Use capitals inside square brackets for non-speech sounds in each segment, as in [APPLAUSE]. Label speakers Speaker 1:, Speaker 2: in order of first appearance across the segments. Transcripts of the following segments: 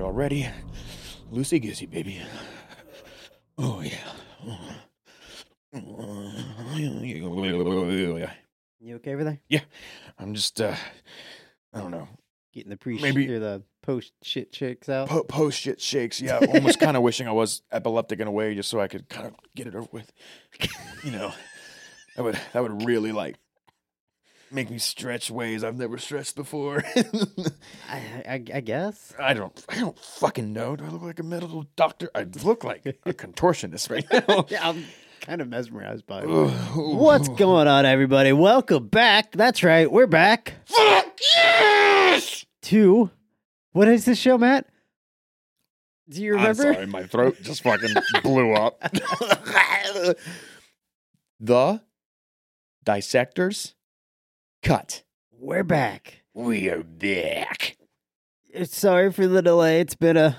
Speaker 1: already. Lucy Gizzy, baby. Oh, yeah.
Speaker 2: You okay over there?
Speaker 1: I'm just, uh, I don't know.
Speaker 2: Getting the pre
Speaker 1: Maybe-
Speaker 2: Maybe. or the post shit chicks out.
Speaker 1: Po- post shit shakes. Yeah, almost kind of wishing I was epileptic in a way, just so I could kind of get it over with. You know, that would that would really like make me stretch ways I've never stretched before. [LAUGHS]
Speaker 2: I, I, I guess.
Speaker 1: I don't I don't fucking know. Do I look like a medical doctor? I look like a contortionist right
Speaker 2: [LAUGHS]
Speaker 1: now.
Speaker 2: Yeah, I'm kind of mesmerized by it. What's
Speaker 1: What's
Speaker 2: going on, everybody? Welcome back. That's right, we're back
Speaker 1: Fuck yes!
Speaker 2: to what is this show, Matt? Do you remember?
Speaker 1: I'm sorry, my throat just fucking blew up. [LAUGHS] the dissectors cut.
Speaker 2: We're back.
Speaker 1: We are back.
Speaker 2: Sorry for the delay. It's been a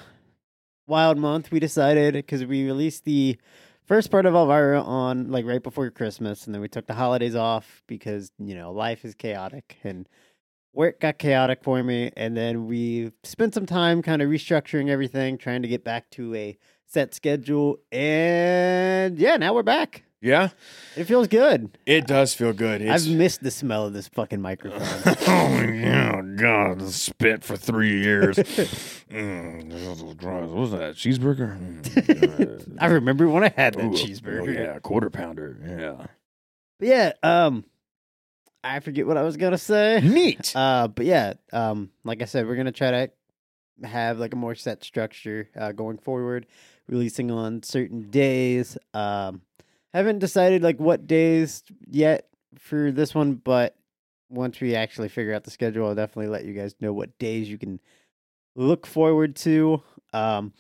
Speaker 2: wild month. We decided because we released the first part of Elvira on like right before Christmas, and then we took the holidays off because you know life is chaotic and work got chaotic for me. And then we spent some time kind of restructuring everything, trying to get back to a set schedule. And yeah, now we're back.
Speaker 1: Yeah,
Speaker 2: It feels good.
Speaker 1: it does feel good. It's,
Speaker 2: I've
Speaker 1: [LAUGHS]
Speaker 2: missed the smell of this fucking microphone.
Speaker 1: oh yeah, God, I spit for three [LAUGHS] years. mm, this is gross. what was that? Cheeseburger? [LAUGHS] Mm,
Speaker 2: I remember when I had that
Speaker 1: ooh,
Speaker 2: cheeseburger.
Speaker 1: Oh, yeah, quarter pounder. Yeah.
Speaker 2: But yeah, um I forget what I was gonna say.
Speaker 1: Neat.
Speaker 2: Uh but yeah, um like I said, we're gonna try to have like a more set structure uh going forward, releasing on certain days. Um haven't decided like what days yet for this one, but once we actually figure out the schedule, I'll definitely let you guys know what days you can look forward to. Um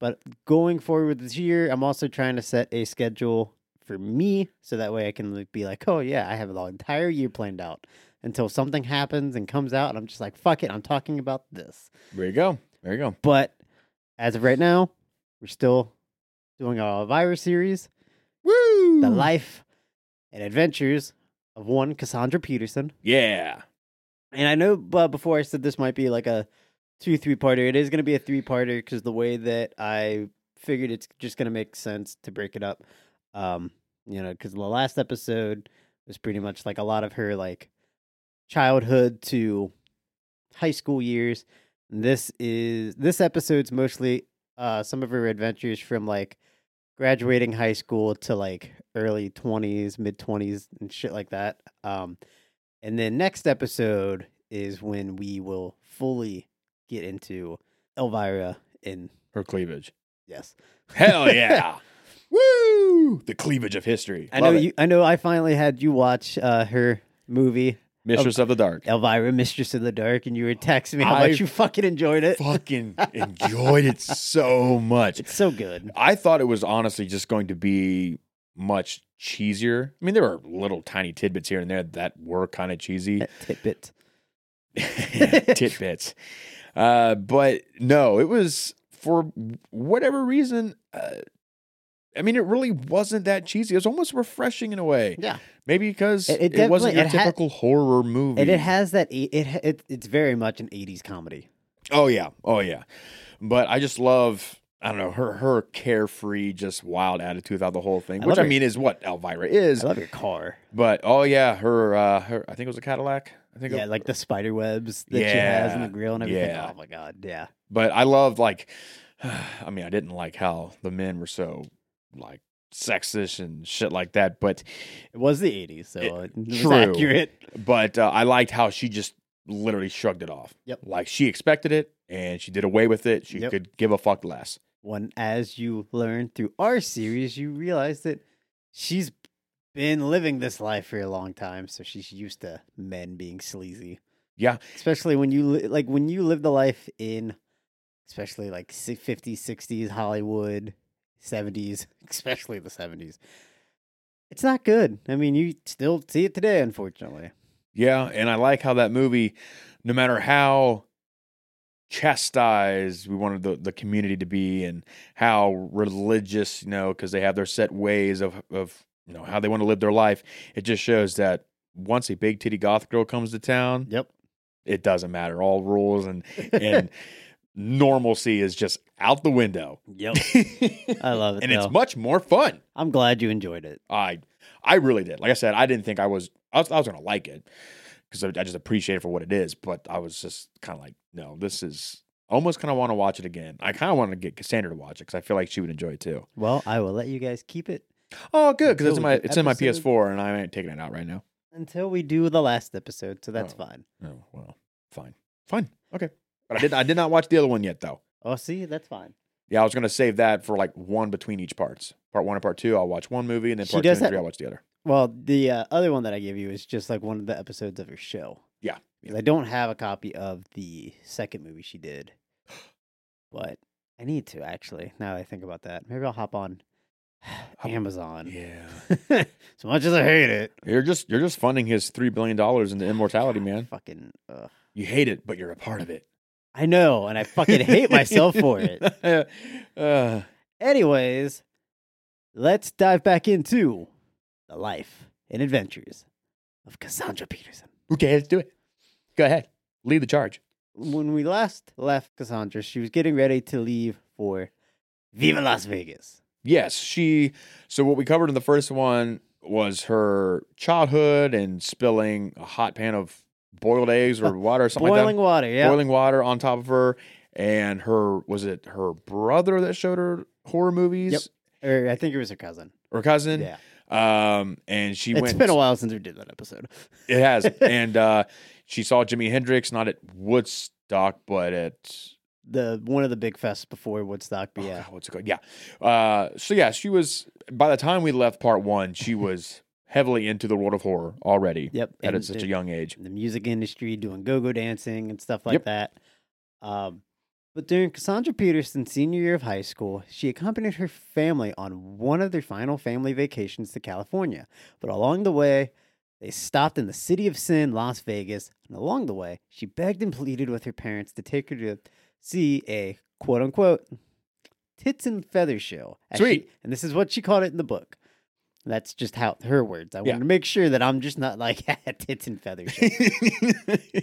Speaker 2: but going forward this year, I'm also trying to set a schedule for me so that way I can like, be like, oh yeah, I have the entire year planned out until something happens and comes out and I'm just like, fuck it, I'm talking about this.
Speaker 1: there you go. There you go.
Speaker 2: But as of right now, we're still doing our virus series,
Speaker 1: Woo!
Speaker 2: The Life and Adventures of one Cassandra Peterson.
Speaker 1: Yeah.
Speaker 2: And I know uh, before I said this might be like a two three parter. It is going to be a three parter because the way that I figured it's just going to make sense to break it up. Um, you know, because the last episode was pretty much like a lot of her like childhood to high school years. And this is this episode's mostly uh some of her adventures from like graduating high school to like early 20s, mid 20s and shit like that. Um and then next episode is when we will fully get into Elvira in
Speaker 1: Her cleavage.
Speaker 2: yes.
Speaker 1: Hell yeah. [LAUGHS] Woo! The cleavage of history.
Speaker 2: I
Speaker 1: Love
Speaker 2: know
Speaker 1: it.
Speaker 2: you I know I finally had you watch uh her movie
Speaker 1: Mistress of the
Speaker 2: [LAUGHS]
Speaker 1: Dark.
Speaker 2: Elvira Mistress of the Dark and you were texting me how
Speaker 1: I
Speaker 2: much you fucking enjoyed it.
Speaker 1: Fucking enjoyed it so much.
Speaker 2: [LAUGHS] It's so good.
Speaker 1: I thought it was honestly just going to be much cheesier. I mean, there were little tiny tidbits here and there that were kind of
Speaker 2: [LAUGHS]
Speaker 1: cheesy
Speaker 2: Tidbit.
Speaker 1: tidbits. Uh, but no, it was for whatever reason. Uh, I mean, it really wasn't that cheesy. It was almost refreshing in a way.
Speaker 2: Yeah.
Speaker 1: Maybe because
Speaker 2: It- it
Speaker 1: it, wasn't
Speaker 2: definitely-
Speaker 1: your
Speaker 2: it had-
Speaker 1: typical horror movie.
Speaker 2: And it has that e- it, ha- it it's very much an 80s comedy.
Speaker 1: Oh yeah, oh yeah. But I just love I don't know her her carefree, just wild attitude throughout the whole thing,
Speaker 2: I
Speaker 1: which
Speaker 2: love
Speaker 1: I
Speaker 2: her-
Speaker 1: mean is what Elvira is.
Speaker 2: I love your car.
Speaker 1: But oh yeah, her uh her I think it was a Cadillac. I think.
Speaker 2: Yeah,
Speaker 1: it,
Speaker 2: like the spider webs that she has in the
Speaker 1: Yeah,
Speaker 2: grill and everything.
Speaker 1: yeah.
Speaker 2: Oh my god, yeah.
Speaker 1: but I love like [SIGHS] I mean I didn't like how the men were so like sexist and shit like that, but
Speaker 2: It was the 80s, so
Speaker 1: It-
Speaker 2: it, was
Speaker 1: true.
Speaker 2: accurate.
Speaker 1: but uh, I liked how she just literally shrugged it off.
Speaker 2: Yep.
Speaker 1: Like she expected it and she did away with it. She
Speaker 2: Yep.
Speaker 1: could give a fuck less.
Speaker 2: When as you learn through our series, you realize that she's been living this life for a long time, so she's used to men being sleazy.
Speaker 1: Yeah.
Speaker 2: Especially when you li- like when you live the life in especially like si- 50s, 60s Hollywood, 70s, [LAUGHS] especially the 70s. It's not good. I mean, you still see it today unfortunately.
Speaker 1: Yeah, and I like how that movie, no matter how chastised we wanted the, the community to be and how religious, you know, because they have their set ways of of you know how they want to live their life, it just shows that once a big titty goth girl comes to town,
Speaker 2: Yep.
Speaker 1: it doesn't matter. All rules and and normalcy is just out the window.
Speaker 2: Yep.
Speaker 1: [LAUGHS] and
Speaker 2: [LAUGHS] I love it.
Speaker 1: it's
Speaker 2: though.
Speaker 1: much more fun.
Speaker 2: I'm glad you enjoyed it.
Speaker 1: I I really did. Like I said, I didn't think I was I was, I was gonna like it because I, I just appreciate it for what it is. But I was just kind of like, no, this is I almost kind of want to watch it again. I kind of want to get Cassandra to watch it because I feel like she would enjoy it too.
Speaker 2: Well, I will let you guys keep it
Speaker 1: Oh, good because it's
Speaker 2: Until
Speaker 1: in
Speaker 2: we
Speaker 1: my
Speaker 2: get
Speaker 1: it's in my
Speaker 2: episode-
Speaker 1: PS4 and I ain't taking it out right now.
Speaker 2: until we do the last episode, so that's
Speaker 1: Oh.
Speaker 2: fine.
Speaker 1: Oh well, fine, fine, okay. But I did I did not watch the other one yet though.
Speaker 2: Oh, see, that's fine.
Speaker 1: Yeah, I was gonna save that for like one between each parts. Part one and part two, I'll watch one movie, and then
Speaker 2: She
Speaker 1: part two
Speaker 2: does
Speaker 1: and
Speaker 2: that-
Speaker 1: three, I'll watch the other.
Speaker 2: Well, the uh, other one that I gave you is just like one of the episodes of her show.
Speaker 1: Yeah,
Speaker 2: 'Cause I don't have a copy of the second movie she did, but I need to actually. Now that I think about that, maybe I'll hop on [SIGHS] Amazon.
Speaker 1: Yeah,
Speaker 2: [LAUGHS] as much as I hate it,
Speaker 1: you're just you're just funding his three billion dollars into immortality,
Speaker 2: God,
Speaker 1: man.
Speaker 2: [SIGHS] Fucking, ugh.
Speaker 1: You hate it, but you're a part of it.
Speaker 2: I know, and I [LAUGHS] fucking hate myself for it.
Speaker 1: [LAUGHS] uh,
Speaker 2: Anyways, let's dive back into the life and adventures of Cassandra Peterson.
Speaker 1: okay, let's do it. Go ahead, lead the charge.
Speaker 2: When we last left Cassandra, she was getting ready to leave for Viva Las Vegas.
Speaker 1: Yes, she. So what we covered in the first one was her childhood and spilling a hot pan of boiled eggs
Speaker 2: [LAUGHS]
Speaker 1: or water or something like that.
Speaker 2: Boiling water, yeah.
Speaker 1: boiling water on top of her and her was it her brother that showed her horror movies
Speaker 2: Yep. Or I think it was her cousin.
Speaker 1: or cousin
Speaker 2: Yeah.
Speaker 1: um and she
Speaker 2: it's
Speaker 1: went
Speaker 2: been a while since we did that episode.
Speaker 1: it
Speaker 2: [LAUGHS]
Speaker 1: has and uh she saw Jimi Hendrix not at Woodstock but at
Speaker 2: The one of the big fests before Woodstock, but
Speaker 1: oh,
Speaker 2: yeah.
Speaker 1: God, what's it called yeah uh so yeah she was by the time we left part 1
Speaker 2: [LAUGHS]
Speaker 1: she was heavily into the world of horror already
Speaker 2: Yep.
Speaker 1: at
Speaker 2: and
Speaker 1: such
Speaker 2: the-
Speaker 1: a young age
Speaker 2: the music industry, doing go-go dancing and stuff like
Speaker 1: Yep.
Speaker 2: that. Um, but during Cassandra Peterson's senior year of high school, she accompanied her family on one of their final family vacations to California. But along the way, they stopped in the city of Sin, Las Vegas, and along the way, she begged and pleaded with her parents to take her to see a quote-unquote tits and feathers show. as she-
Speaker 1: Sweet.
Speaker 2: and this is what she called it in the book. That's just how her words. I
Speaker 1: Yeah.
Speaker 2: want to make sure that I'm just not like [LAUGHS] tits and feathers. show."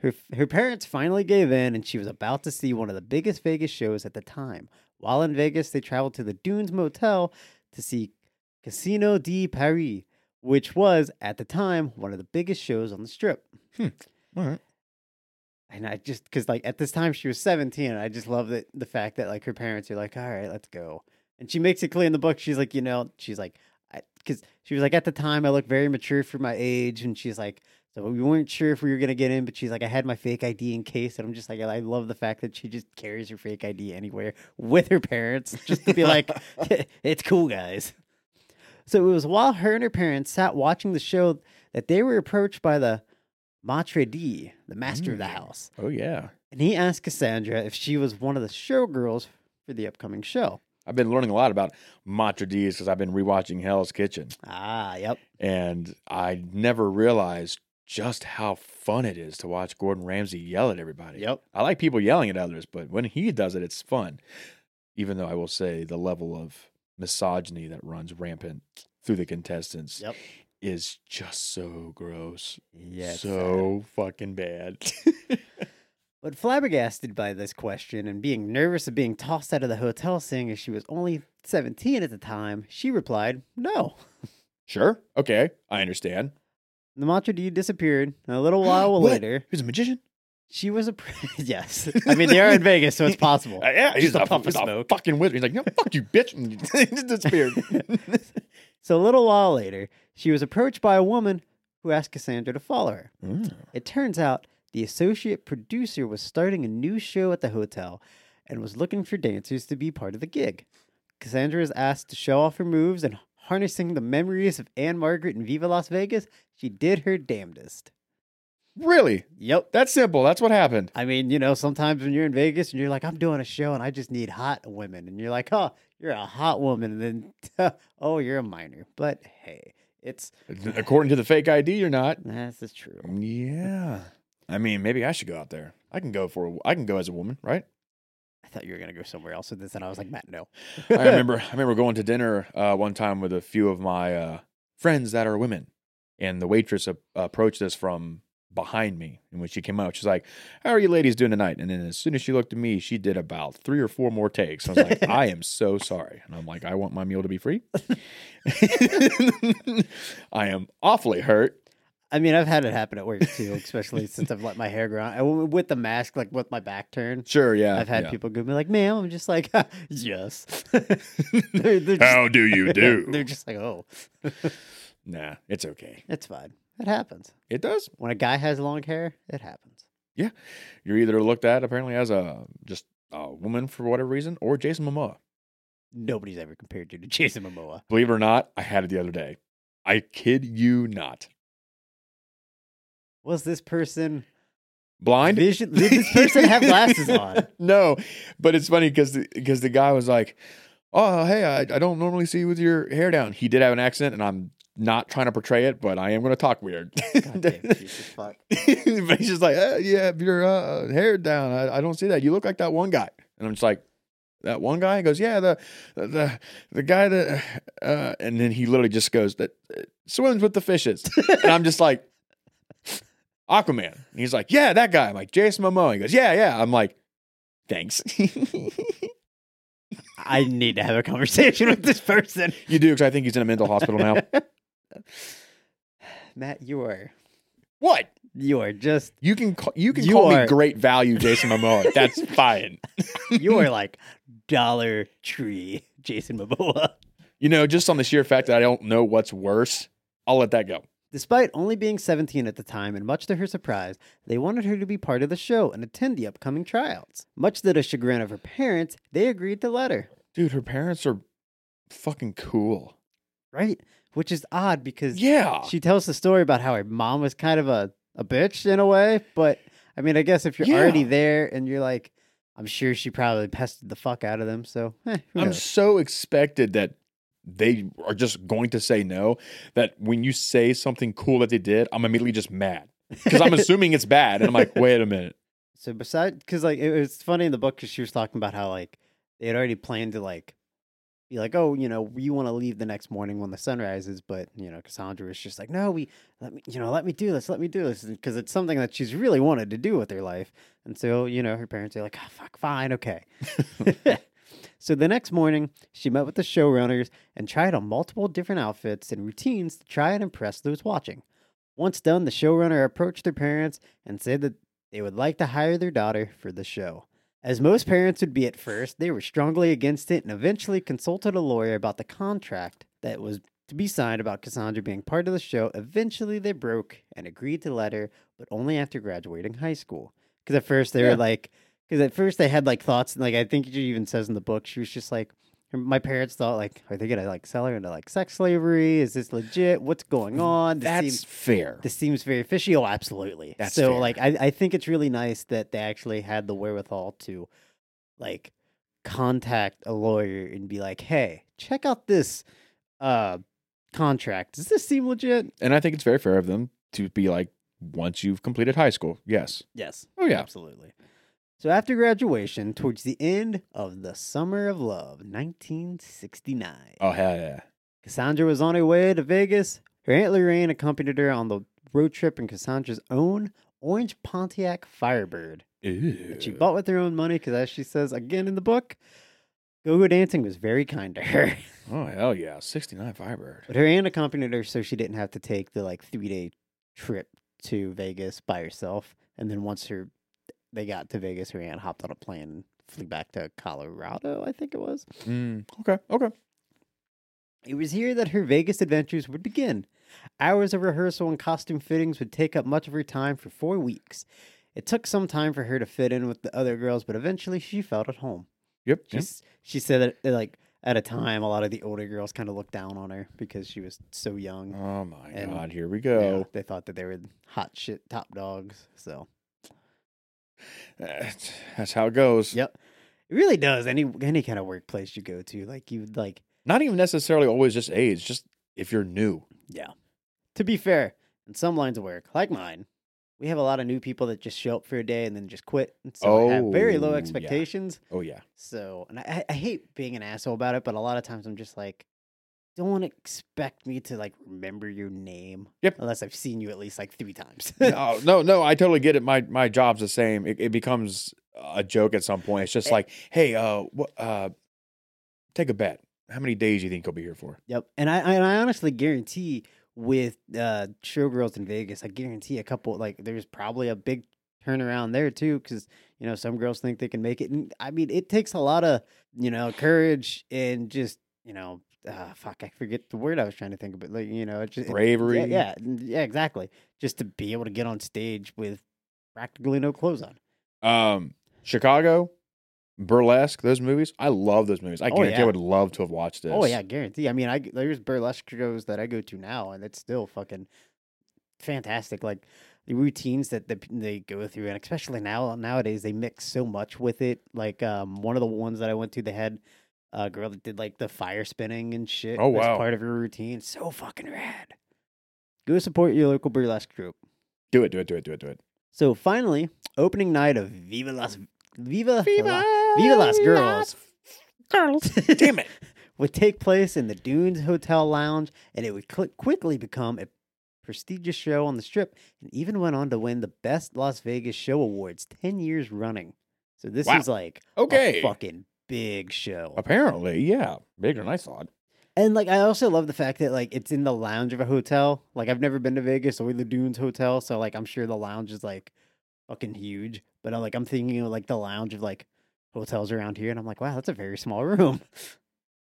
Speaker 2: Her, her parents finally gave in, and she was about to see one of the biggest Vegas shows at the time. While in Vegas, they traveled to the Dunes Motel to see Casino de Paris, which was, at the time, one of the biggest shows on the strip.
Speaker 1: Hmm. all right
Speaker 2: And I just, because like at this time she was 17, and I just love that the fact that like her parents are like, all right, let's go. And she makes it clear in the book, she's like, you know, she's like, because she was like, at the time I looked very mature for my age. And she's like, so we weren't sure if we were going to get in, but she's like, I had my fake ID in case. And I'm just like, I love the fact that she just carries her fake ID anywhere with her parents [LAUGHS] just to be like, [LAUGHS] it's cool, guys. So it was while her and her parents sat watching the show that they were approached by the maitre d', the master of the
Speaker 1: Mm.
Speaker 2: house
Speaker 1: [LAUGHS] oh yeah
Speaker 2: and he asked Cassandra if she was one of the showgirls for the upcoming show.
Speaker 1: I've been learning a lot about Matra D's because I've been rewatching Hell's Kitchen.
Speaker 2: Ah, yep.
Speaker 1: and I never realized just how fun it is to watch Gordon Ramsay yell at everybody.
Speaker 2: Yep.
Speaker 1: I like people yelling at others, but when he does it, it's fun. Even though I will say the level of misogyny that runs rampant through the contestants
Speaker 2: Yep.
Speaker 1: is just so gross.
Speaker 2: Yeah. it's sad.
Speaker 1: so fucking bad.
Speaker 2: [LAUGHS] But flabbergasted by this question and being nervous of being tossed out of the hotel, seeing as she was only 17 at the time, she replied, no.
Speaker 1: sure. Okay. I understand.
Speaker 2: The maitre d' disappeared, and a little while
Speaker 1: What?
Speaker 2: later,
Speaker 1: He's a magician.
Speaker 2: she was a. [LAUGHS] yes. I mean, they are in Vegas, so it's possible.
Speaker 1: Uh, yeah. He's
Speaker 2: Just a
Speaker 1: a,
Speaker 2: puff of
Speaker 1: he's a
Speaker 2: smoke.
Speaker 1: fucking wizard. He's like, no, fuck you, bitch. And [LAUGHS] he just disappeared.
Speaker 2: [LAUGHS] So a little while later, she was approached by a woman who asked Cassandra to follow her.
Speaker 1: Mm.
Speaker 2: It turns out the associate producer was starting a new show at the hotel and was looking for dancers to be part of the gig. Cassandra is asked to show off her moves and harnessing the memories of Anne Margaret in Viva Las Vegas, she did her damnedest.
Speaker 1: Really?
Speaker 2: Yep.
Speaker 1: That's simple. That's what happened.
Speaker 2: I mean, you know, sometimes when you're in Vegas and you're like, I'm doing a show and I just need hot women. And you're like, oh, you're a hot woman. And then, [LAUGHS] oh, you're a minor. But hey, it's,
Speaker 1: According to the fake ID, you're not.
Speaker 2: this is true.
Speaker 1: Yeah. I mean, maybe I should go out there. I can go for. I can go as a woman, right?
Speaker 2: I thought you were going to go somewhere else with this. And I was like, Matt, no. [LAUGHS]
Speaker 1: I remember. I remember going to dinner uh, one time with a few of my uh, friends that are women, and the waitress a- approached us from behind me. And when she came up, she's like, How are you ladies doing tonight? And then as soon as she looked at me, she did about three or four more takes. I was like, I am so sorry. And I'm like, I want my meal to be free. [LAUGHS] I am awfully hurt.
Speaker 2: I mean, I've had it happen at work too,
Speaker 1: [LAUGHS]
Speaker 2: especially since I've let my hair grow. out. I, with the mask, like with my back turned,
Speaker 1: Sure, yeah.
Speaker 2: I've had
Speaker 1: yeah.
Speaker 2: people go me like, "Ma'am," I'm just like, [LAUGHS] "Yes." they're, they're just,
Speaker 1: How do
Speaker 2: [LAUGHS]
Speaker 1: you
Speaker 2: they're
Speaker 1: do?
Speaker 2: just like, "Oh,
Speaker 1: nah, it's okay.
Speaker 2: it's fine. It happens."
Speaker 1: It does.
Speaker 2: When a guy has long hair, it happens.
Speaker 1: You're either looked at apparently as a just a woman for whatever reason or Jason Momoa.
Speaker 2: Nobody's ever compared you to [LAUGHS] Jason Momoa.
Speaker 1: Believe it or not, I had it the other day. I kid you not.
Speaker 2: Was this person
Speaker 1: Blind?
Speaker 2: vision? Did this person [LAUGHS]
Speaker 1: [LAUGHS]
Speaker 2: have glasses on?
Speaker 1: no, but it's funny because because the, guy was like, "Oh, hey, I, I don't normally see you with your hair down." He did have an accent, and I'm not trying to portray it, but I am going to talk weird.
Speaker 2: God [LAUGHS] damn,
Speaker 1: [LAUGHS]
Speaker 2: Jesus fuck.
Speaker 1: but he's just like, "Uh, "Yeah, have your uh, hair down. I, I don't see that. You look like that one guy." And I'm just like, "That one guy?" He goes, "Yeah, the the the guy that." Uh, and then he literally just goes, "That uh, swims with the fishes." and I'm just like, "Aquaman." And he's like, "Yeah, that guy." I'm like, "Jason Momoa." He goes, "Yeah, yeah." I'm like, "Thanks." [LAUGHS] you
Speaker 2: I need to have a conversation with this person.
Speaker 1: do because I think he's in a mental hospital
Speaker 2: [LAUGHS]
Speaker 1: now.
Speaker 2: Matt, you are
Speaker 1: what?
Speaker 2: you are just
Speaker 1: You can call, you can
Speaker 2: You
Speaker 1: call me
Speaker 2: are-
Speaker 1: great value, Jason Momoa.
Speaker 2: [LAUGHS]
Speaker 1: That's fine.
Speaker 2: you are like Dollar Tree Jason Momoa.
Speaker 1: You know, just on the sheer fact that I don't know what's worse, I'll let that go.
Speaker 2: Despite only being 17 at the time, and much to her surprise, they wanted her to be part of the show and attend the upcoming tryouts. Much to the chagrin of her parents, they agreed to let her.
Speaker 1: Dude, her parents are fucking cool.
Speaker 2: Right? Which is odd because
Speaker 1: Yeah.
Speaker 2: she tells the story about how her mom was kind of a, a bitch in a way. But I mean, I guess if you're
Speaker 1: Yeah.
Speaker 2: already there and you're like, I'm sure she probably pestered the fuck out of them. So, eh, who
Speaker 1: I'm
Speaker 2: knows?
Speaker 1: so expected that they are just going to say no that when you say something cool that they did, I'm immediately just mad because [LAUGHS]
Speaker 2: [LAUGHS]
Speaker 1: I'm assuming it's bad. And I'm like, wait a minute.
Speaker 2: So besides, because like it was funny in the book because she was talking about how like they had already planned to like be like, oh, you know, you want to leave the next morning when the sun rises, but you know, Cassandra was just like, no, we let me, you know, let me do this, let me do this, because it's something that she's really wanted to do with her life, and so you know, her parents are like, oh, fuck, fine, okay. [LAUGHS] so the next morning, she met with the showrunners and tried on multiple different outfits and routines to try and impress those watching. Once done, the showrunner approached their parents and said that they would like to hire their daughter for the show. As most parents would be at first, they were strongly against it and eventually consulted a lawyer about the contract that was to be signed about Cassandra being part of the show. Eventually, they broke and agreed to let her, but only after graduating high school. Because at first, they
Speaker 1: Yeah.
Speaker 2: were like, because at first they had like thoughts, and like I think she even says in the book, she was just like, her- my parents thought like, are they gonna like sell her into like sex slavery? Is this legit? What's going on? This
Speaker 1: That's
Speaker 2: seems-
Speaker 1: fair.
Speaker 2: this seems very fishy. Oh, absolutely.
Speaker 1: That's
Speaker 2: so
Speaker 1: fair.
Speaker 2: like I, I think it's really nice that they actually had the wherewithal to like contact a lawyer and be like, hey, check out this uh contract. Does this seem legit?
Speaker 1: and I think it's very fair of them to be like, once you've completed high school, yes.
Speaker 2: Yes.
Speaker 1: Oh, yeah.
Speaker 2: Absolutely. So after graduation, towards the end of the summer of love, 1969.
Speaker 1: Oh, hell yeah.
Speaker 2: Cassandra was on her way to Vegas. Her Aunt Lorraine accompanied her on the road trip in Cassandra's own orange Pontiac Firebird that she
Speaker 1: Ew.
Speaker 2: bought with her own money because, as she says again in the book, Go Go Dancing was very kind to her. [LAUGHS]
Speaker 1: Oh, hell yeah. 69 Firebird.
Speaker 2: But her aunt accompanied her so she didn't have to take the like three day trip to Vegas by herself. And then once her they got to Vegas, her aunt hopped on a plane and flew back to Colorado, I think it was.
Speaker 1: Mm, okay. Okay.
Speaker 2: It was here that her Vegas adventures would begin. Hours of rehearsal and costume fittings would take up much of her time for four weeks. It took some time for her to fit in with the other girls, but eventually she felt at home.
Speaker 1: Yep.
Speaker 2: She, s she said that, that, like, at a time, a lot of the older girls kind of looked down on her because she was so young.
Speaker 1: Oh my
Speaker 2: And-
Speaker 1: god, here we
Speaker 2: Yeah,
Speaker 1: go.
Speaker 2: they thought that they were hot shit top dogs. So,
Speaker 1: That's, that's how it goes.
Speaker 2: yep. It really does. Any any kind of workplace you go to, like, you would like,
Speaker 1: Not even necessarily always just age, just if you're new.
Speaker 2: Yeah. To be fair, in some lines of work, like mine, we have a lot of new people that just show up for a day and then just quit. And so I have very
Speaker 1: Oh,
Speaker 2: low
Speaker 1: yeah.
Speaker 2: expectations. [LAUGHS]
Speaker 1: Oh yeah.
Speaker 2: So, and I, I hate being an asshole about it, but a lot of times I'm just like, don't expect me to like remember your name.
Speaker 1: Yep.
Speaker 2: Unless I've seen you at least like three times.
Speaker 1: no, no, no. I totally get it. My my job's the same. It, it becomes a joke at some point. It's
Speaker 2: Eh
Speaker 1: just like, hey, uh, what, uh, take a bet. How many days do you think you'll be here for?
Speaker 2: [LAUGHS] Yep, and I and I honestly guarantee with uh, showgirls in Vegas, I guarantee a couple like there's probably a big turnaround there too because you know some girls think they can make it, and I mean it takes a lot of you know courage and just you know uh, fuck I forget the word I was trying to think of, but like you know it just it-
Speaker 1: Bravery.
Speaker 2: yeah, Eh, yeah n- yeah exactly just to be able to get on stage with practically no clothes on.
Speaker 1: Um, Chicago, Burlesque, those movies. I love those movies. I
Speaker 2: Oh,
Speaker 1: guarantee
Speaker 2: yeah.
Speaker 1: I would love to have watched this.
Speaker 2: Oh yeah, guarantee. I mean, I there's burlesque shows that I go to now, and it's still fucking fantastic. Like the routines that the, p- they go through, and especially now nowadays they mix so much with it. Like um, one of the ones that I went to, they had a girl that did like the fire spinning and shit.
Speaker 1: Oh,
Speaker 2: as
Speaker 1: wow.
Speaker 2: part of her routine. So fucking rad. Go support your local burlesque group.
Speaker 1: Do it, do it, do it, do it, do it.
Speaker 2: So finally, opening night of Viva Las Viva La- Viva Las Girls. [LAUGHS]
Speaker 1: Girls. Damn it.
Speaker 2: would take place in the Dunes Hotel Lounge, and it would cl- quickly become a prestigious show on the Strip, and even went on to win the Best Las Vegas Show Awards ten years running. So this
Speaker 1: Wow.
Speaker 2: is like
Speaker 1: Okay.
Speaker 2: a fucking big show.
Speaker 1: Apparently, yeah. Bigger than I thought.
Speaker 2: And like I also love the fact that like it's in the lounge of a hotel. Like I've never been to Vegas or the Dunes Hotel, so like I'm sure the lounge is like fucking huge. But I'm like I'm thinking of like the lounge of like hotels around here, and I'm like, wow, that's a very small [LAUGHS] room.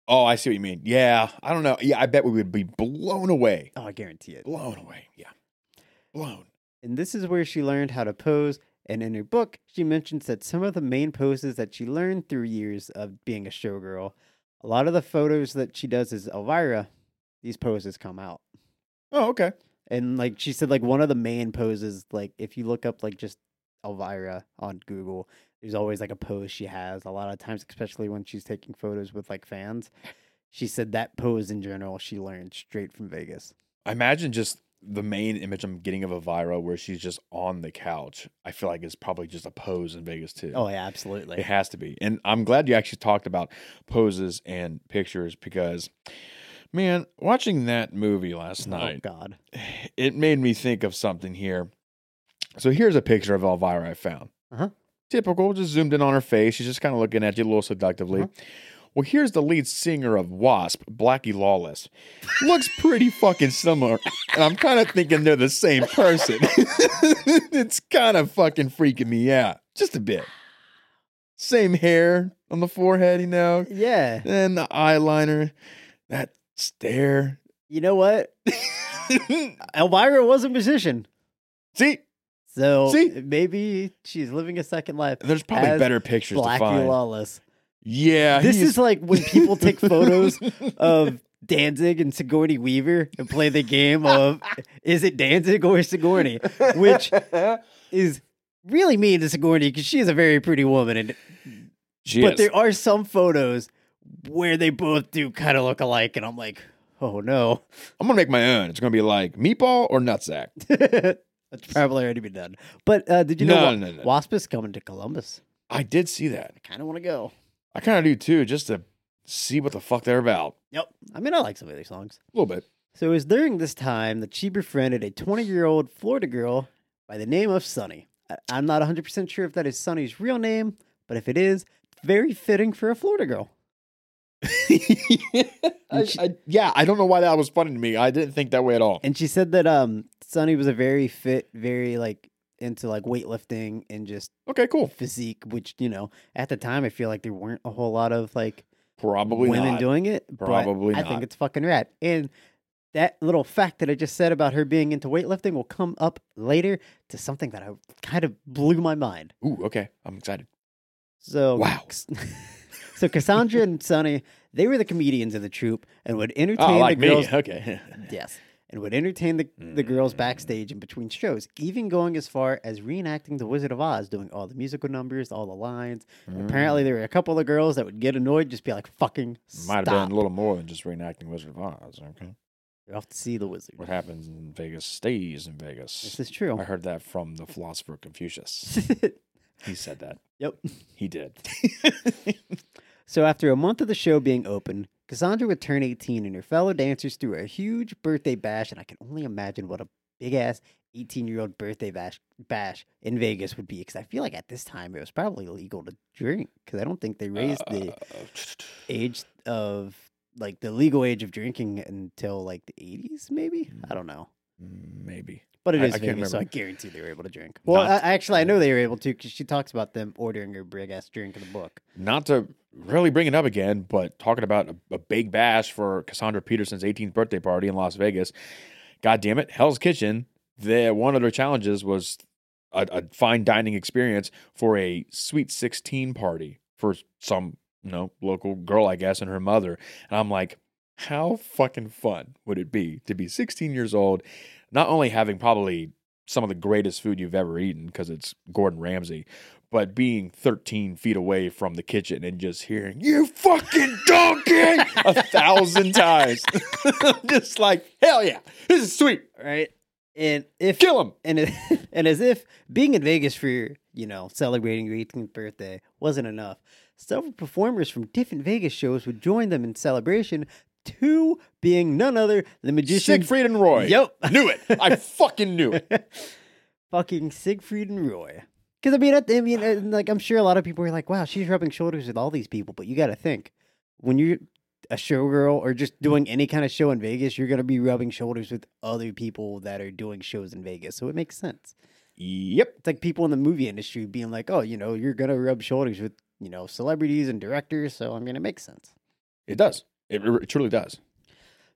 Speaker 1: Oh, I see what you mean. Yeah. I don't know. Yeah, I bet we would be blown away.
Speaker 2: Oh, I guarantee it.
Speaker 1: Blown away. Yeah. Blown.
Speaker 2: and this is where she learned how to pose. And in her book, she mentions that some of the main poses that she learned through years of being a showgirl, a lot of the photos that she does as Elvira, these poses come out.
Speaker 1: Oh, okay.
Speaker 2: And like she said, like one of the main poses, like if you look up like just Elvira on Google, there's always like a pose she has. A lot of times, especially when she's taking photos with like fans, she said that pose in general she learned straight from Vegas.
Speaker 1: I imagine just the main image I'm getting of Elvira where she's just on the couch. I feel like it's probably just a pose in Vegas too.
Speaker 2: Oh yeah, absolutely.
Speaker 1: It has to be. And I'm glad you actually talked about poses and pictures because man, watching that movie last
Speaker 2: Oh
Speaker 1: night,
Speaker 2: God.
Speaker 1: it made me think of something here. So here's a picture of Elvira I found.
Speaker 2: Uh-huh.
Speaker 1: Typical, just zoomed in on her face. She's just kind of looking at you a little seductively. Well, here's the lead singer of Wasp, Blackie Lawless. Looks pretty fucking similar. And I'm kind of thinking they're the same person. [LAUGHS] it's kind of fucking freaking me out. Just a bit. Same hair on the forehead, you know.
Speaker 2: Yeah.
Speaker 1: And the eyeliner. That stare. [LAUGHS]
Speaker 2: You know what? Elvira was a musician.
Speaker 1: See,
Speaker 2: So eh,
Speaker 1: See?
Speaker 2: maybe she's living a second life.
Speaker 1: There's probably
Speaker 2: As
Speaker 1: better pictures to
Speaker 2: Blackie
Speaker 1: find.
Speaker 2: Lawless.
Speaker 1: Yeah,
Speaker 2: This
Speaker 1: he
Speaker 2: is like when
Speaker 1: [LAUGHS]
Speaker 2: people take photos of Danzig and Sigourney Weaver and play the
Speaker 1: [LAUGHS]
Speaker 2: game of is it Danzig or Sigourney? Which is really mean to Sigourney because she is a very pretty woman. And,
Speaker 1: She
Speaker 2: But
Speaker 1: is.
Speaker 2: there are some photos where they both do kind of look alike. And I'm like, oh no. [LAUGHS]
Speaker 1: I'm gonna make my own. It's gonna be like meatball or nutsack.
Speaker 2: That's probably already been done. But uh, did you know
Speaker 1: No,
Speaker 2: Wa-
Speaker 1: no, no.
Speaker 2: Wasp is coming to Columbus?
Speaker 1: I did see that.
Speaker 2: I kind of want to go.
Speaker 1: I kind of do too, just to see what the fuck they're about.
Speaker 2: Yep. I mean, I like some of these songs.
Speaker 1: A little bit.
Speaker 2: So it was during this time that she befriended a 20 year old Florida girl by the name of Sunny. I- I'm not 100% sure if that is Sunny's real name, but if it is, very fitting for a Florida girl.
Speaker 1: I- I- yeah, I don't know why that was funny to me. I didn't think that way at all.
Speaker 2: And she said that um, Sunny was a very fit, very like into like weightlifting and just
Speaker 1: Okay, cool.
Speaker 2: physique, which, you know, at the time, I feel like there weren't a whole lot of like
Speaker 1: Probably
Speaker 2: women
Speaker 1: not.
Speaker 2: doing it. but
Speaker 1: Probably
Speaker 2: I
Speaker 1: not.
Speaker 2: think it's fucking rad. And that little fact that I just said about her being into weightlifting will come up later to something that I kind of blew my mind.
Speaker 1: Ooh, okay. I'm excited.
Speaker 2: So
Speaker 1: Wow.
Speaker 2: [LAUGHS] so Cassandra and Sonny, they were the comedians of the troupe and would entertain
Speaker 1: Oh, like [LAUGHS]
Speaker 2: the girls.
Speaker 1: me. Okay.
Speaker 2: Yes. And would entertain the, the girls
Speaker 1: Mm.
Speaker 2: backstage in between shows, even going as far as reenacting The Wizard of Oz, doing all the musical numbers, all the lines. [LAUGHS] Apparently, there were a couple of girls that would get annoyed, just be like, fucking
Speaker 1: Mm. Might have
Speaker 2: stop.
Speaker 1: done a little more than just reenacting Wizard of Oz. Okay.
Speaker 2: You're off to see the wizard.
Speaker 1: What happens in Vegas stays in
Speaker 2: This
Speaker 1: Vegas.
Speaker 2: is true.
Speaker 1: I heard that from the philosopher
Speaker 2: [LAUGHS]
Speaker 1: Confucius. He said that.
Speaker 2: yep.
Speaker 1: He did.
Speaker 2: So after a month of the show being open, Cassandra would turn 18 and her fellow dancers threw a huge birthday bash, and I can only imagine what a big ass 18 year old birthday bash, bash in Vegas would be because I feel like at this time it was probably illegal to drink because I don't think they raised the
Speaker 1: Uh.
Speaker 2: age of like the legal age of drinking until like the 80s, maybe? I don't know.
Speaker 1: Maybe.
Speaker 2: But it
Speaker 1: Mm. I-
Speaker 2: is
Speaker 1: I can't
Speaker 2: Vegas, so I
Speaker 1: remember.
Speaker 2: guarantee they were able to drink. Well,
Speaker 1: Not-
Speaker 2: I, actually, I know they were able to because she talks about them ordering her big ass drink in the book.
Speaker 1: Not to really bring it up again, but talking about a, a big bash for Cassandra Peterson's 18th birthday party in Las Vegas. God damn it, Hell's Kitchen. Their one of their challenges was a, a fine dining experience for a sweet 16 party for some you know local girl, I guess, and her mother. And I'm like, how fucking fun would it be to be 16 years old, not only having probably some of the greatest food you've ever eaten because it's Gordon Ramsay, but being 13 feet away from the kitchen and just hearing "you fucking donkey" a thousand times, [LAUGHS] just like hell yeah, this is sweet.
Speaker 2: Right. And if
Speaker 1: Kill him.
Speaker 2: and it, [LAUGHS] and as if being in Vegas for you know celebrating your 18th birthday wasn't enough, several performers from different Vegas shows would join them in celebration. Two being none other than magician
Speaker 1: Siegfried and Roy.
Speaker 2: Yep.
Speaker 1: knew it. I fucking knew it.
Speaker 2: [LAUGHS] fucking Siegfried and Roy. Because I mean, at the- I mean, and, like I'm sure a lot of people are like, "Wow, she's rubbing shoulders with all these people." But you got to think, when you're a showgirl or just doing any kind of show in Vegas, you're gonna be rubbing shoulders with other people that are doing shows in Vegas. So it makes sense.
Speaker 1: [LAUGHS] Yep.
Speaker 2: It's like people in the movie industry being like, "Oh, you know, you're gonna rub shoulders with you know celebrities and directors." So I mean, it makes sense.
Speaker 1: It does. It, it truly does.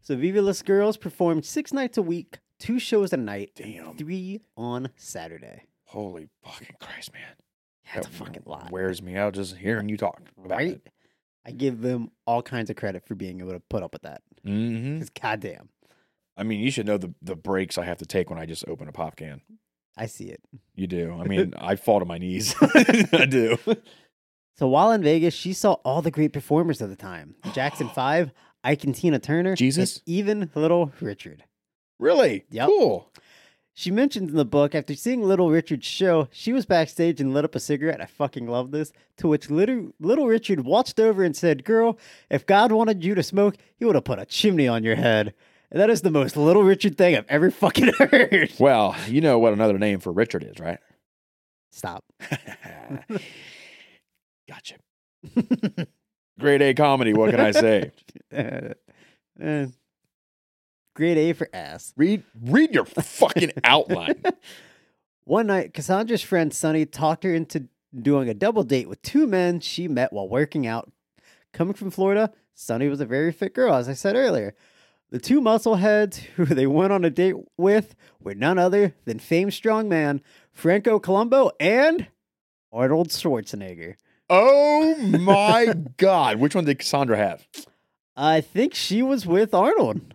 Speaker 2: So Viva Las Girls performed six nights a week, two shows a night, and
Speaker 1: Damn.
Speaker 2: three on Saturday.
Speaker 1: Holy fucking Christ, man.
Speaker 2: That's a
Speaker 1: That
Speaker 2: fucking lot.
Speaker 1: Wears me out just hearing you talk about
Speaker 2: right?
Speaker 1: it.
Speaker 2: I give them all kinds of credit for being able to put up with that.
Speaker 1: hmm
Speaker 2: Because goddamn,
Speaker 1: I mean, you should know the, the breaks I have to take when I just open a pop can.
Speaker 2: I see it.
Speaker 1: You do. I mean, I fall to my knees. [LAUGHS] I do.
Speaker 2: So while in Vegas, she saw all the great performers of the [GASPS] time: the Jackson Five, Ike and Tina Turner, and
Speaker 1: Jesus.
Speaker 2: even Little Richard.
Speaker 1: [LAUGHS] Really?
Speaker 2: Yep.
Speaker 1: Cool.
Speaker 2: She mentions in the book after seeing Little Richard's show, she was backstage and lit up a cigarette. I fucking love this. To which Little, Little Richard watched over and said, Girl, if God wanted you to smoke, he would have put a chimney on your head. And that is the most Little Richard thing I've ever fucking [LAUGHS] heard.
Speaker 1: Well, you know what another name for Richard is,
Speaker 2: [LAUGHS]
Speaker 1: right?
Speaker 2: Stop. [LAUGHS]
Speaker 1: gotcha. [LAUGHS] Grade A comedy. What can I say?
Speaker 2: Uh, uh, grade A for ass.
Speaker 1: read read your fucking outline.
Speaker 2: One night, Cassandra's friend Sonny talked her into doing a double date with two men she met while working out. Coming from Florida, Sonny was a very fit girl, as I said earlier. The two muscleheads [LAUGHS] who they went on a date with were none other than famed strongman Franco Colombo and Arnold Schwarzenegger.
Speaker 1: Oh my god! Which one did Cassandra have?
Speaker 2: I think she was with Arnold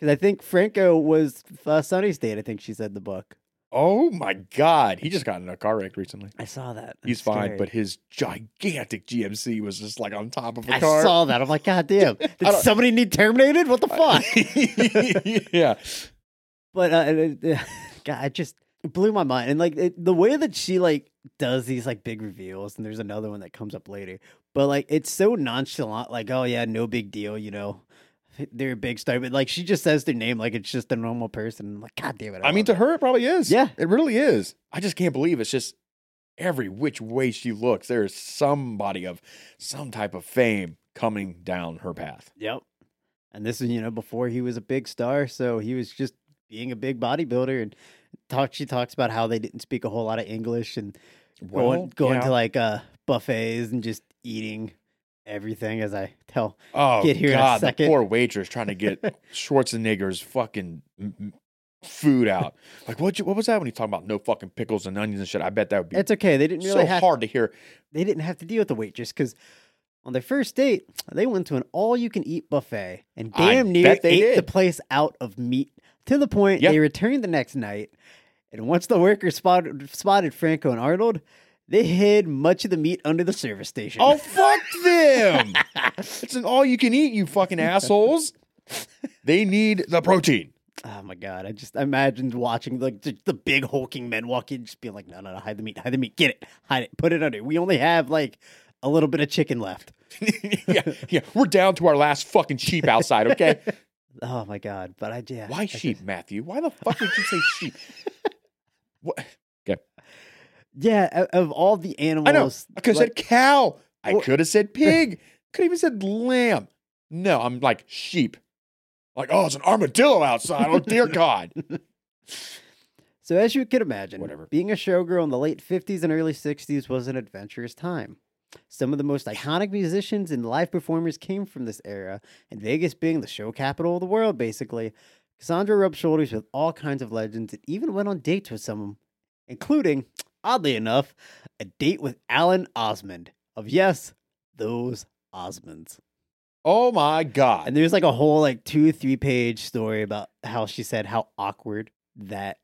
Speaker 2: because I think Franco was uh, Sonny's date. I think she said in the book.
Speaker 1: Oh my god! He just got in a car wreck recently.
Speaker 2: I saw that. I'm
Speaker 1: He's fine,
Speaker 2: scared.
Speaker 1: but his gigantic GMC was just like on top of a
Speaker 2: I
Speaker 1: car.
Speaker 2: saw that. I'm like, God [LAUGHS] damn. Did
Speaker 1: don't-
Speaker 2: somebody need terminated? What the
Speaker 1: [LAUGHS]
Speaker 2: fuck?
Speaker 1: yeah.
Speaker 2: [LAUGHS] but uh, and, uh, God, it [LAUGHS] just blew my mind. And like it, the way that she like does these like big reveals, and there's another one that comes up later. But like it's so nonchalant, like, oh yeah, no big deal, you know. [LAUGHS] They're a big star, but like she just says their name like it's just a normal person. I'm like, God damn it.
Speaker 1: I mean,
Speaker 2: love
Speaker 1: to
Speaker 2: it.
Speaker 1: her, it probably is.
Speaker 2: Yeah.
Speaker 1: It really is. I just can't believe it's just every which way she looks, there is somebody of some type of fame coming down her path.
Speaker 2: Yep. And this is, you know, before he was a big star, so he was just being a big bodybuilder and talk she talks about how they didn't speak a whole lot of English and going going to like uh buffets and just eating everything as I tell.
Speaker 1: oh,
Speaker 2: get here in a
Speaker 1: God,
Speaker 2: second.
Speaker 1: the poor waitress trying to
Speaker 2: [LAUGHS]
Speaker 1: get Schwarzenegger's fucking m- m- food out. Like, what you, What was that when he talking about no fucking pickles and onions and shit? I bet that would be
Speaker 2: It's okay. They didn't really
Speaker 1: so
Speaker 2: have
Speaker 1: hard to hear.
Speaker 2: they didn't have to deal with the waitress because on their first date, they went to an all you can eat buffet and
Speaker 1: I
Speaker 2: damn near
Speaker 1: bet they
Speaker 2: ate the
Speaker 1: did.
Speaker 2: place out of meat to the point
Speaker 1: Yeah.
Speaker 2: they returned the next night. And once the workers spotted, spotted Franco and Arnold, they hid much of the meat under the service station.
Speaker 1: Oh, fuck
Speaker 2: [LAUGHS]
Speaker 1: them. it's an all you can eat, you fucking assholes. They need the protein.
Speaker 2: Oh my God. I just imagined watching like the, the big hulking men walk in, just being like, no, no, no, hide the meat, hide the meat, get it, hide it, put it under. We only have like a little bit of chicken left.
Speaker 1: [LAUGHS] yeah, yeah, we're down to our last fucking sheep outside. Okay,
Speaker 2: Oh my god! But I yeah. I
Speaker 1: why
Speaker 2: just-
Speaker 1: sheep, Matthew? Why the fuck would you say sheep? What?
Speaker 2: Yeah, o- of all the animals,
Speaker 1: I know. I could have
Speaker 2: like-
Speaker 1: said cow. I
Speaker 2: Well-
Speaker 1: could have said [LAUGHS] pig. Could even said lamb. No, I'm like sheep. Like, oh, it's an armadillo outside. Oh,
Speaker 2: [LAUGHS]
Speaker 1: dear God.
Speaker 2: So, as you can imagine,
Speaker 1: Whatever.
Speaker 2: being a showgirl in the late 50s and early 60s was an adventurous time. Some of the most iconic musicians and live performers came from this era, and Vegas being the show capital of the world, basically. Cassandra rubbed shoulders with all kinds of legends and even went on dates with some of them, including, oddly enough, a date with Alan Osmond of yes, those Osmonds.
Speaker 1: Oh, my God.
Speaker 2: And there's like a whole like two, three page story about how she said how awkward that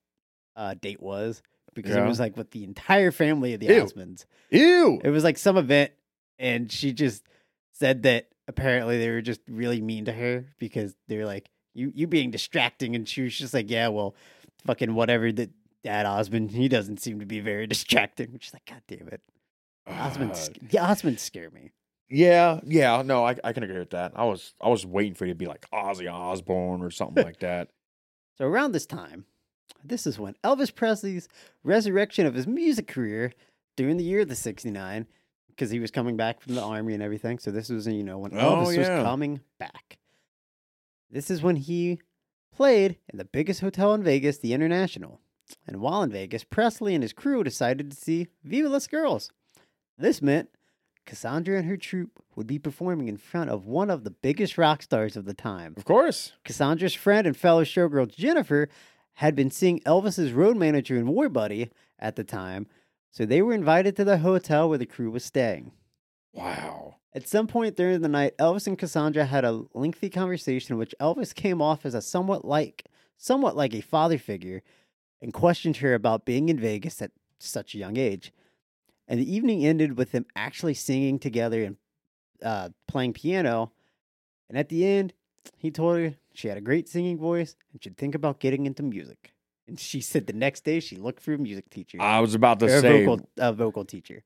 Speaker 2: uh, date was because
Speaker 1: Yeah.
Speaker 2: it was like with the entire family of the
Speaker 1: Ew.
Speaker 2: Osmonds.
Speaker 1: Ew.
Speaker 2: It was like some event, and she just said that apparently they were just really mean to her because they were like, "You you being distracting," and she was just like, "Yeah, well, fucking whatever." That Dad Osmond, he doesn't seem to be very [LAUGHS] distracting. She's like, "God damn it, Osmond,
Speaker 1: Uh,
Speaker 2: sc- yeah, Osmond scare me."
Speaker 1: Yeah, yeah, no, I, I can agree with that. I was I was waiting for you to be like Ozzy Osbourne or something like that.
Speaker 2: So around this time, this is when Elvis Presley's resurrection of his music career during the year of the 69, because he was coming back from the army and everything. So this was, you know, when
Speaker 1: Oh,
Speaker 2: Elvis
Speaker 1: yeah.
Speaker 2: was coming back. This is when he played in the biggest hotel in Vegas, the International. And while in Vegas, Presley and his crew decided to see Viva Las Girls. This meant Cassandra and her troupe would be performing in front of one of the biggest rock stars of the time.
Speaker 1: Of course.
Speaker 2: Cassandra's friend and fellow showgirl Jennifer had been seeing Elvis's road manager and war buddy at the time, so they were invited to the hotel where the crew was staying.
Speaker 1: Wow.
Speaker 2: At some point during the night, Elvis and Cassandra had a lengthy conversation in which Elvis came off as a somewhat like somewhat like a father figure and questioned her about being in Vegas at such a young age. And the evening ended with them actually singing together and uh, playing piano. And at the end, he told her she had a great singing voice and should think about getting into music. And she said the next day she looked for a music teacher,
Speaker 1: I was about to
Speaker 2: or a
Speaker 1: say
Speaker 2: vocal, a vocal teacher.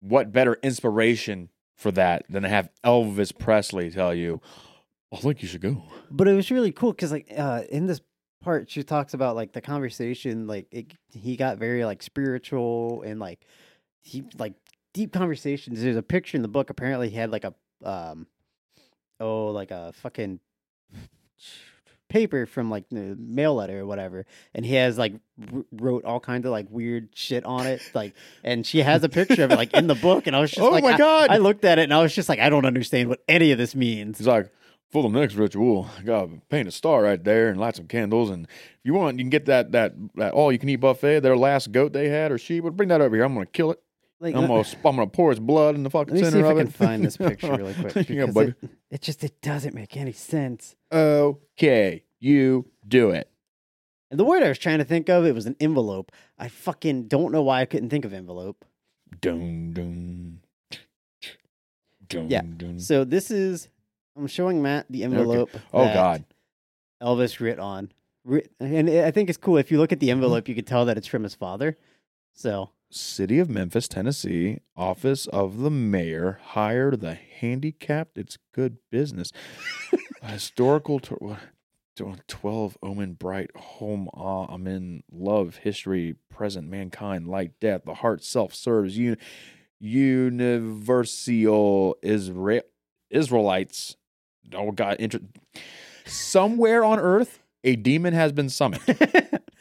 Speaker 1: what better inspiration for that than to have Elvis Presley tell you, I think you should go.
Speaker 2: but it was really cool because like uh in this part she talks about like the conversation like it, he got very like spiritual and like he like deep conversations there's a picture in the book apparently he had like a um oh like a fucking paper from like the mail letter or whatever and he has like w- wrote all kinds of like weird shit on it like and she has a picture of it like in the book and i was
Speaker 1: [LAUGHS]
Speaker 2: just
Speaker 1: oh
Speaker 2: like
Speaker 1: my
Speaker 2: I,
Speaker 1: God.
Speaker 2: I looked at it and i was just like i don't understand what any of this means
Speaker 1: He's like, for the next ritual, I gotta paint a star right there and light some candles. And if you want, you can get that that, that all you can eat buffet, their last goat they had or sheep. Bring that over here. I'm gonna kill it.
Speaker 2: like
Speaker 1: I'm gonna, sp- I'm gonna pour its blood in the fucking
Speaker 2: Let me see
Speaker 1: center
Speaker 2: if I
Speaker 1: of
Speaker 2: can
Speaker 1: it. [LAUGHS]
Speaker 2: find this picture really quick. Because
Speaker 1: Yeah, buddy.
Speaker 2: it, it just it doesn't make any sense.
Speaker 1: okay, you do it.
Speaker 2: And the word I was trying to think of, it was an envelope. I fucking don't know why I couldn't think of envelope.
Speaker 1: Dun dun. Dun,
Speaker 2: Yeah.
Speaker 1: dun.
Speaker 2: So this is I'm showing Matt the envelope.
Speaker 1: Oh
Speaker 2: that
Speaker 1: God.
Speaker 2: Elvis writ on. Writ, and I think it's cool if you look at the
Speaker 1: Mm-hmm.
Speaker 2: envelope, you could tell that it's from his father. So
Speaker 1: City of Memphis, Tennessee, office of the mayor, hire the handicapped. It's good business. A historical tour. what- 12 omen bright home ah i'm in love history present mankind light death the heart self serves un- universal Isra- israelites oh god inter- somewhere on earth a demon has been summoned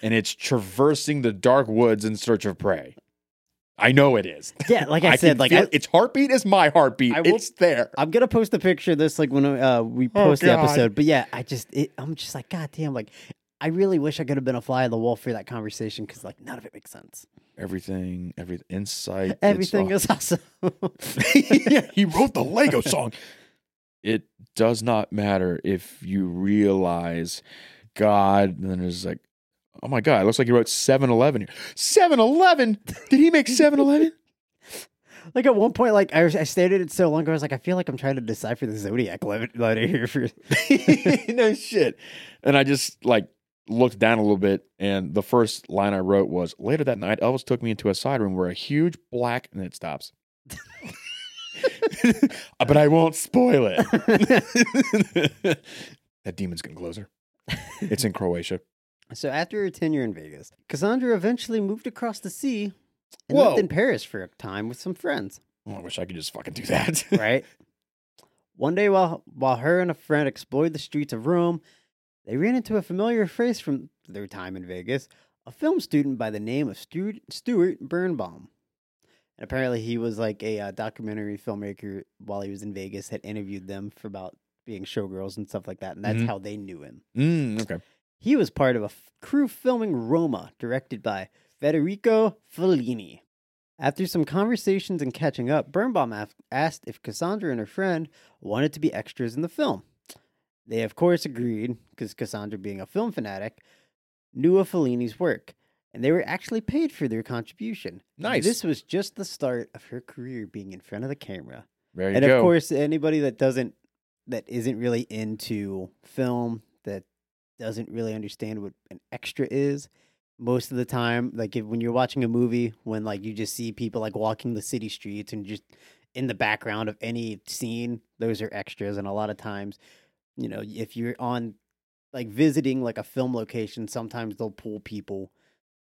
Speaker 1: and it's traversing the dark woods in search of prey. I know it is.
Speaker 2: yeah, like I,
Speaker 1: can
Speaker 2: said, like
Speaker 1: feel
Speaker 2: I,
Speaker 1: it. its heartbeat is my heartbeat.
Speaker 2: I will-
Speaker 1: it's there.
Speaker 2: I'm gonna post a picture of this like when uh, we
Speaker 1: Oh,
Speaker 2: post the
Speaker 1: God.
Speaker 2: episode. But yeah, I just it, I'm just like, God damn, like I really wish I could have been a fly on the wall for that conversation because like none of it makes sense.
Speaker 1: Everything, every insight, it's-
Speaker 2: Everything
Speaker 1: oh.
Speaker 2: is
Speaker 1: [LAUGHS]
Speaker 2: awesome. [LAUGHS]
Speaker 1: yeah, [LAUGHS] he wrote the Lego song. It does not matter if you realize God. And then there's like, oh my God, it looks like he wrote 7 Eleven. 7 Eleven? Did he make 7 Eleven?
Speaker 2: like at one point, like I, was- I stated it so long ago, I was like, I feel like I'm trying to decipher the zodiac le- letter here. For
Speaker 1: [LAUGHS]
Speaker 2: [LAUGHS]
Speaker 1: no shit. And I just like looked down a little bit, and the first line I wrote was later that night, Elvis took me into a side room where a huge black and it stops. [LAUGHS] but I won't spoil it. [LAUGHS] that demon's getting closer. It's in Croatia.
Speaker 2: So after her tenure in Vegas, Cassandra eventually moved across the sea and
Speaker 1: Whoa.
Speaker 2: lived in Paris for a time with some friends.
Speaker 1: Oh, I wish I could just fucking do that.
Speaker 2: [LAUGHS] Right. One day, while while her and a friend explored the streets of Rome, they ran into a familiar face from their time in Vegas: a film student by the name of Stuart, Stuart Birnbaum. And apparently, he was like a uh, documentary filmmaker while he was in Vegas. Had interviewed them for about being showgirls and stuff like that, and that's
Speaker 1: Mhm.
Speaker 2: how they knew him.
Speaker 1: [LAUGHS] Mm, okay.
Speaker 2: He was part of a f- crew filming Roma, directed by Federico Fellini. After some conversations and catching up, Birnbaum af- asked if Cassandra and her friend wanted to be extras in the film. They, of course, agreed, because Cassandra, being a film fanatic, knew of Fellini's work, and they were actually paid for their contribution.
Speaker 1: Nice.
Speaker 2: This was just the start of her career being in front of the camera
Speaker 1: There you
Speaker 2: and
Speaker 1: go.
Speaker 2: of course anybody that doesn't that isn't really into film that doesn't really understand what an extra is most of the time like if, when you're watching a movie when like you just see people like walking the city streets and just in the background of any scene those are extras and a lot of times you know if you're on like visiting like a film location sometimes they'll pull people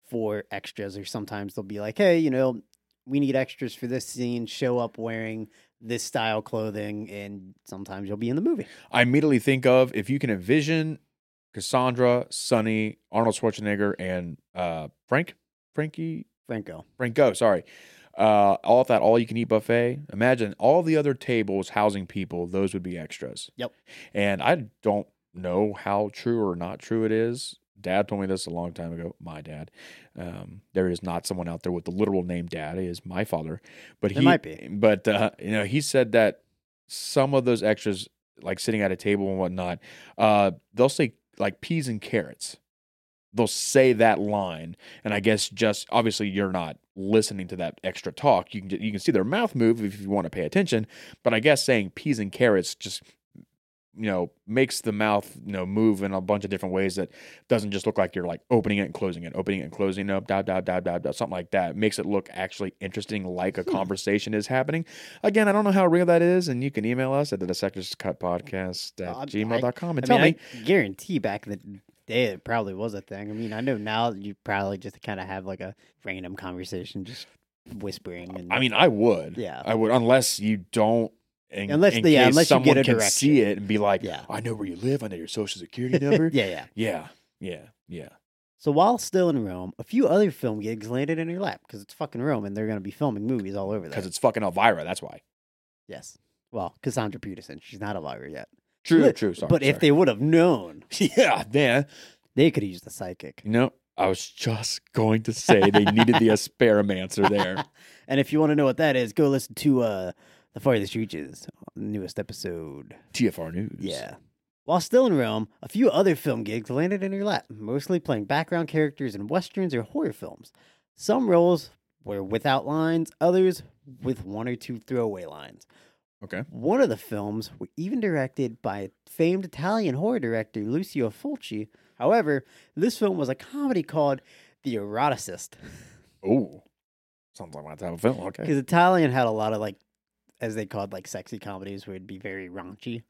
Speaker 2: for extras or sometimes they'll be like hey you know we need extras for this scene show up wearing this style clothing and sometimes you'll be in the movie
Speaker 1: I immediately think of if you can envision Cassandra, Sonny, Arnold Schwarzenegger, and uh, Frank, Frankie,
Speaker 2: franco
Speaker 1: Franco, sorry. Uh, all of that all you can eat buffet. Imagine all the other tables housing people, those would be extras.
Speaker 2: Yep.
Speaker 1: And I don't know how true or not true it is. Dad told me this a long time ago. My dad. Um, there is not someone out there with the literal name dad. It is my father. But
Speaker 2: There
Speaker 1: he
Speaker 2: might be.
Speaker 1: But uh, you know, he said that some of those extras, like sitting at a table and whatnot, uh, they'll say like peas and carrots. They'll say that line, and I guess just obviously you're not listening to that extra talk. You can you can see their mouth move if you want to pay attention, but I guess saying peas and carrots just you know makes the mouth you know move in a bunch of different ways that doesn't just look like you're like opening it and closing it, opening it and closing it up, dab dab dab dab dab, something like that. makes it look actually interesting, like a
Speaker 2: Hmm.
Speaker 1: conversation is happening. Again, I don't know how real that is, and you can email us at the dissectors cut podcast at
Speaker 2: Uh, I-
Speaker 1: gmail.com and
Speaker 2: i
Speaker 1: tell
Speaker 2: mean
Speaker 1: me.
Speaker 2: i guarantee back in the day it probably was a thing i mean i know now you probably just kind of have like a random conversation just whispering and
Speaker 1: I mean, I would.
Speaker 2: Yeah.
Speaker 1: I would, unless you don't. In,
Speaker 2: Unless
Speaker 1: in
Speaker 2: the- yeah,
Speaker 1: case
Speaker 2: unless you
Speaker 1: someone
Speaker 2: get a
Speaker 1: can see it and be like,
Speaker 2: Yeah.
Speaker 1: I know where you live. I know your social
Speaker 2: [LAUGHS]
Speaker 1: security number.
Speaker 2: yeah yeah
Speaker 1: yeah, yeah, yeah.
Speaker 2: so while still in rome a few other film gigs landed in her lap because it's fucking rome and they're going to be filming movies all over there
Speaker 1: Because it's fucking Elvira. That's why.
Speaker 2: yes well cassandra peterson she's not a lawyer yet
Speaker 1: True,
Speaker 2: Li-
Speaker 1: true. Sorry.
Speaker 2: but if they would have known
Speaker 1: they, [LAUGHS] yeah, man.
Speaker 2: they could have used the psychic
Speaker 1: You know, I was just going to say they needed
Speaker 2: [LAUGHS]
Speaker 1: the asparamancer there.
Speaker 2: and if you want to know what that is, go listen to uh The Farthest Reaches, newest episode.
Speaker 1: TFR News.
Speaker 2: Yeah. While still in Rome, a few other film gigs landed in her lap, mostly playing background characters in westerns or horror films. Some roles were without lines, others with one or two throwaway lines.
Speaker 1: Okay.
Speaker 2: One of the films were even directed by famed Italian horror director Lucio Fulci. However, this film was a comedy called The Eroticist.
Speaker 1: Oh, sounds like my type of film. Okay.
Speaker 2: Because Italian had a lot of like, as they called like sexy comedies, would be very raunchy,